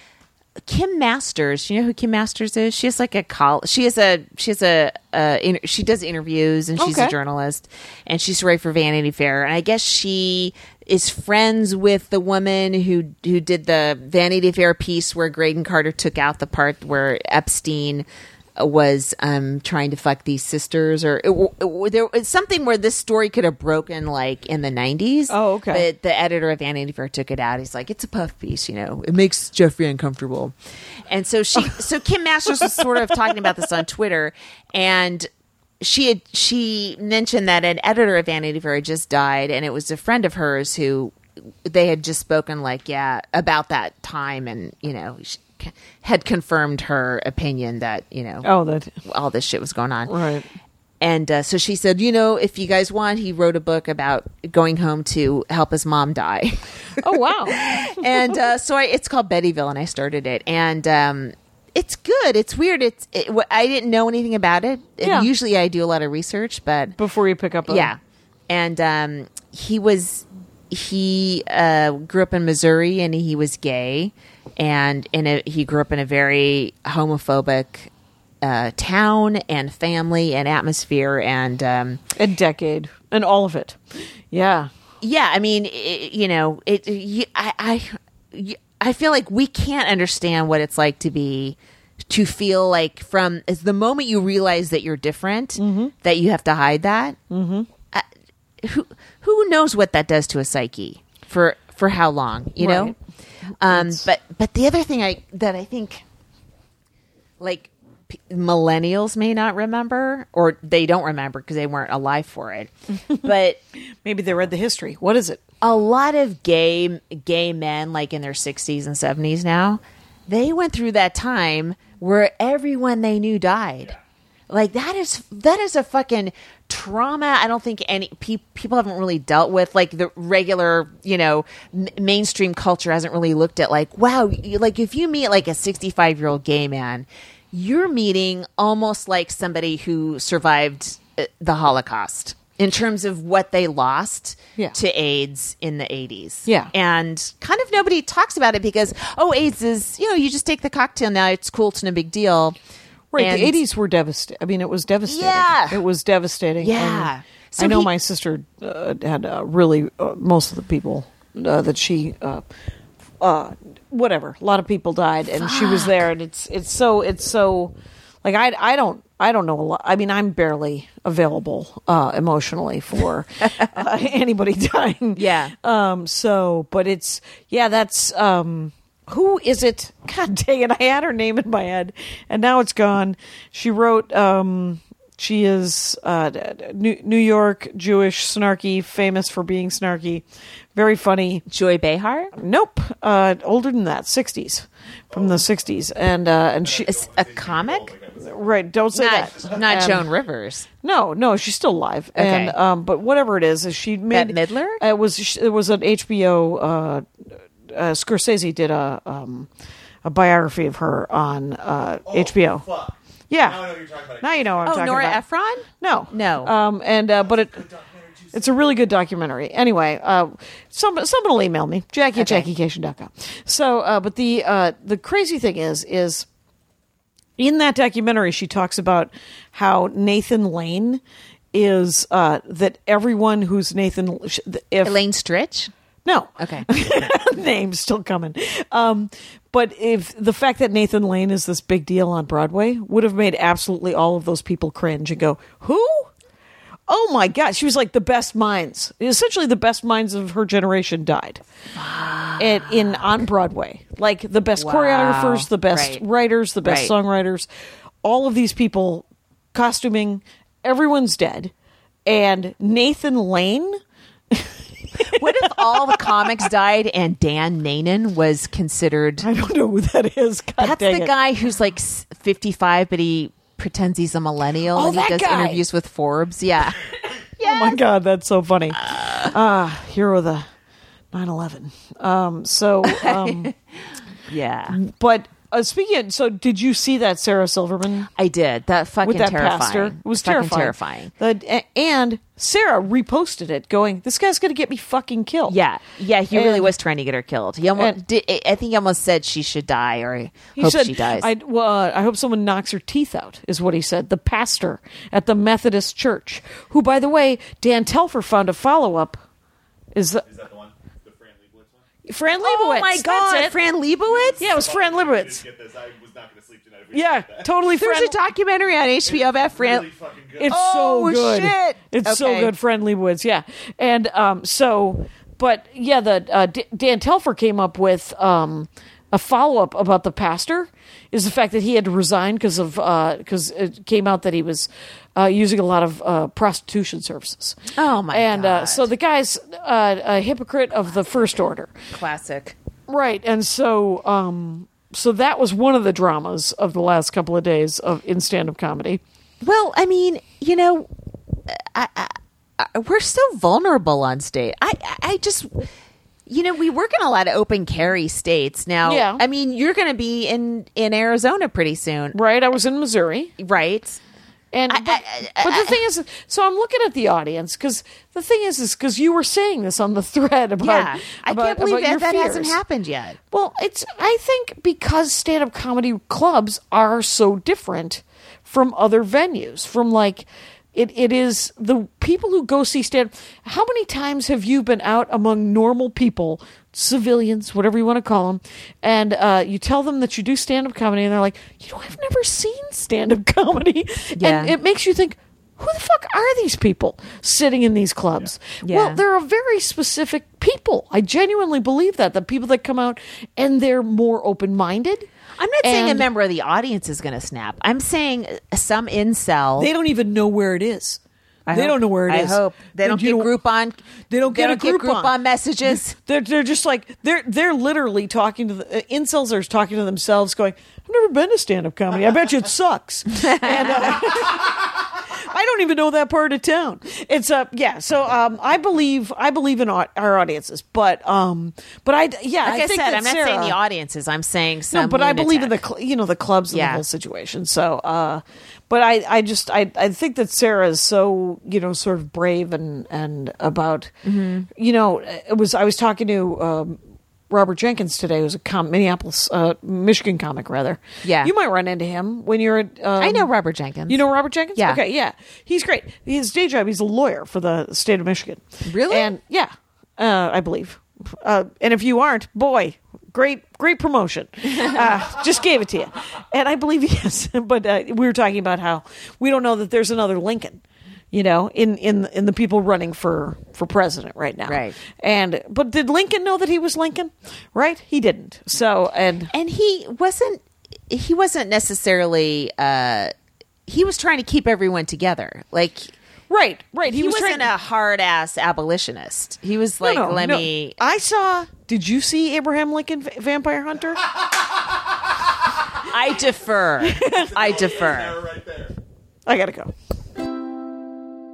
S2: Kim Masters, you know who Kim Masters is? She has like a col she has a she has a uh in, she does interviews and she's a
S3: Okay.
S2: journalist and she used to write for Vanity Fair and I guess she is friends with the woman who who did the Vanity Fair piece where Graydon Carter took out the part where Epstein was um, trying to fuck these sisters or it, w- it, w- there was something where this story could have broken like in the 90s
S3: Oh, okay.
S2: but the editor of Vanity Fair took it out. He's like, it's a puff piece, you know. It makes Jeffrey uncomfortable. And so (laughs) she, so Kim Masters was sort of talking about this on Twitter, and she had she mentioned that an editor of Vanity Fair had just died, and it was a friend of hers who they had just spoken like, yeah, about that time, and you know. She, had confirmed her opinion that you know
S3: Oh, that-
S2: all this shit was going on
S3: right.
S2: and uh, so she said, you know, if you guys want, he wrote a book about going home to help his mom die.
S3: Oh wow.
S2: (laughs) and uh, so I, it's called Bettyville, and I started it, and um, it's good. It's weird. It's it, wh- I didn't know anything about it. And
S3: Yeah.
S2: Usually, I do a lot of research, but
S3: Before you pick up, on
S2: yeah. And um, he was he uh, grew up in Missouri, and he was gay, and in a, he grew up in a very homophobic uh, town and family and atmosphere, and um,
S3: a decade and all of it. Yeah.
S2: yeah, I mean, i you know, it. y I I I feel like we can't understand what it's like to be to feel like from is the moment you realize that you're different that you have to hide that. Mm-hmm. I, who who knows what that does to a psyche for for how long you know?
S3: Right.
S2: Um, but but the other thing I that I think like p- millennials may not remember or they don't remember because they weren't alive for it, but
S3: Maybe they read the history. What is it?
S2: a lot of gay gay men like in their 60s and 70s now they went through that time where everyone they knew died like that is that is a fucking trauma i don't think any pe- people haven't really dealt with like the regular you know m- mainstream culture hasn't really looked at like wow you, like if you meet like a 65 year old gay man you're meeting almost like somebody who survived uh, the holocaust in terms of what they lost
S3: Yeah.
S2: to AIDS in the 80s.
S3: Yeah.
S2: And kind of nobody talks about it because, oh, AIDS is, you know, you just take the cocktail now. It's cool. It's no big deal.
S3: Right.
S2: And-
S3: the eighties were devastating. I mean, it was devastating.
S2: Yeah.
S3: It was devastating.
S2: Yeah.
S3: And
S2: So
S3: I know
S2: he-
S3: my sister uh, had uh, really uh, most of the people uh, that she. Uh, uh, whatever. A lot of people died, and she was there, and it's it's so it's so like I I don't I don't know a lot. I mean, I'm barely available uh, emotionally for uh, (laughs) anybody dying.
S2: Yeah.
S3: Um. So, but it's yeah. That's um. Who is it? (laughs) God dang it! I had her name in my head, and now it's gone. She wrote. Um. She is uh, d- d- New New York Jewish, snarky, famous for being snarky, very funny.
S2: Joy Behar?
S3: Nope, uh, older than that, sixties, from the sixties, and uh, and she
S2: Is a comic?
S3: right. Don't say
S2: Not,
S3: that.
S2: not
S3: Um,
S2: Joan Rivers.
S3: No, no, she's still alive. And
S2: Okay.
S3: um, but whatever it is, is she made
S2: Bette Midler?
S3: It was sh- it was an HBO. Uh, uh, Scorsese did a um, a biography of her on uh, HBO.
S4: Oh, Fuck.
S3: Yeah.
S4: Now I know who you're talking about.
S3: Now you know what I'm
S2: Oh,
S3: talking
S2: Nora
S3: about.
S2: Ephron?
S3: No,
S2: No.
S3: Um, and uh, but it, it's a really good documentary. Anyway, uh, some someone will email me Jackie at
S2: Okay.
S3: JackieCation.com. So, uh, but the uh, the crazy thing is is in that documentary she talks about how Nathan Lane is uh, that everyone who's Nathan if
S2: Elaine Stritch?
S3: no
S2: Okay.
S3: (laughs) name's still coming. Um, but if the fact that Nathan Lane is this big deal on Broadway would have made absolutely all of those people cringe and go, "Who? Oh my God. She was like the best minds. Essentially, the best minds of her generation died
S2: Ah.
S3: at, in on Broadway. Like the best
S12: Wow.
S3: choreographers, the best
S12: Right.
S3: writers, the best
S12: Right.
S3: songwriters. All of these people, costuming, everyone's dead. And Nathan Lane.
S2: what if all the comics died and Dan Nanan was considered? I
S3: don't know who that is.
S2: That's
S3: dang
S2: the
S3: it.
S2: guy who's like s- 55, but he pretends he's a millennial
S3: Oh,
S2: and he
S3: that
S2: does
S3: guy.
S2: interviews with Forbes.
S3: (laughs)
S2: Yeah.
S3: Oh my God, that's so funny.
S2: Uh.
S3: Ah, hero of the 9 11. Um, so,
S2: (laughs)
S3: um,
S2: yeah.
S3: But uh, speaking of, so did you see that Sarah Silverman?
S2: I did. That fucking
S3: With that
S2: terrifying.
S3: pastor. It was
S2: Fucking
S3: terrifying. The- a- and Sarah reposted it going, this guy's going to get me fucking killed.
S2: Yeah. Yeah, he really
S3: And-
S2: was trying to get her killed. He almost
S3: and-
S2: did, I think he almost said she should die or I hope
S3: said,
S2: she dies.
S3: I, well, uh, I hope someone knocks her teeth out, is what he said. The pastor at the Methodist Church, who, by the way, Dan Telfer found a follow up. Is, that the one? The Fran Lebowitz
S2: Oh
S3: one?
S2: my
S3: Fran Lebowitz.
S2: God,
S3: That's it.
S2: Fran Lebowitz?
S3: Yeah, it was Fran Lebowitz. Yeah, totally.
S2: There's
S3: Fran-
S2: a documentary on HBO about Fran.
S3: It's
S2: Oh,
S3: so good.
S2: shit.
S3: It's so
S2: Okay.
S3: good. Friendly Woods, yeah. And um, so, but yeah, the uh, D- Dan Telfer came up with um, a follow up about the pastor is the fact that he had to resign because of because it came out that he was uh, using a lot of uh, prostitution services.
S2: Oh my
S3: and Uh, so the guy's uh, a hypocrite of the first order.
S2: Classic.
S3: Right, and so um, so that was one of the dramas of the last couple of days of in stand up comedy.
S2: Well, I mean, you know, I, I, I, we're so vulnerable on stage. I, I- I just, you know, we work in a lot of open carry states now.
S3: Yeah.
S2: I mean, you're going to be in in Arizona pretty soon,
S3: right? I was in Missouri,
S2: right?
S3: And but, but the thing is, so I'm looking at the audience because the thing is, is because you were saying this on the thread about
S2: yeah, I
S3: about-
S2: can't believe
S3: about your
S2: that that hasn't
S3: fears.
S2: happened yet.
S3: Well, it's I think because stand-up comedy clubs are so different from other venues. From like it it is the people who go see stand how many times have you been out among normal people, civilians, whatever you want to call them, and uh, you tell them that you do stand-up comedy and they're like, "You know, I've never seen stand-up (laughs) comedy."
S2: Yeah.
S3: And it makes you think who the fuck are these people sitting in these clubs?
S2: Yeah.
S3: Well, there are very specific people. I genuinely believe that. The people that come out and they're more open minded.
S2: I'm not saying a member of the audience is going to snap. I'm saying uh, some incel.
S3: They don't even know where it is.
S2: I
S3: they
S2: hope-
S3: don't know where it is.
S2: I hope. They don't get Groupon.
S3: They don't
S2: they
S3: get
S2: don't
S3: a
S2: get
S3: Groupon.
S2: Groupon messages.
S3: They're they're just like they're they're literally talking to the uh, incels are talking to themselves, going, "I've never been to stand up comedy. I bet you
S2: (laughs)
S3: it sucks." and, uh, (laughs) I don't even know that part of town. It's uh, yeah. So um, I believe I believe in au- our audiences, but um, but I yeah,
S2: Like I,
S3: I think
S2: said,
S3: that
S2: I'm not
S3: Sarah-
S2: saying the audiences. I'm saying some.
S3: no, but I believe in the
S2: lunatic.
S3: cl- you know the clubs and
S2: Yeah.
S3: the whole situation. So, uh, but I I just I I think that Sarah is so you know sort of brave and and about
S2: Mm-hmm.
S3: you know it was I was talking to. Um, Robert Jenkins today who's a com- Minneapolis, uh, Michigan comic rather.
S2: Yeah.
S3: you might run into him when you're at. Um,
S2: I know Robert Jenkins.
S3: You know Robert Jenkins?
S2: Yeah.
S3: Okay, yeah, he's great. His day job, he's a lawyer for the state of Michigan. Really? And yeah, uh, I believe. Uh, and if you aren't, boy, great, great
S2: (laughs)
S3: promotion. Uh, just gave it to you, and I believe (laughs) yes. But uh, we were talking about how we don't know that there's another Lincoln. You know, in, in in the people running for for president right now, right? And but did Lincoln know that he was Lincoln? Right, he didn't. So and
S2: and he wasn't he wasn't necessarily uh he was trying to keep everyone together like
S3: right right
S2: he, was not a hard ass abolitionist he was like
S3: No, no,
S2: let
S3: no.
S2: me
S3: I saw. Did you see Abraham Lincoln Va- Vampire Hunter?
S2: i (laughs) defer i defer
S3: I gotta go.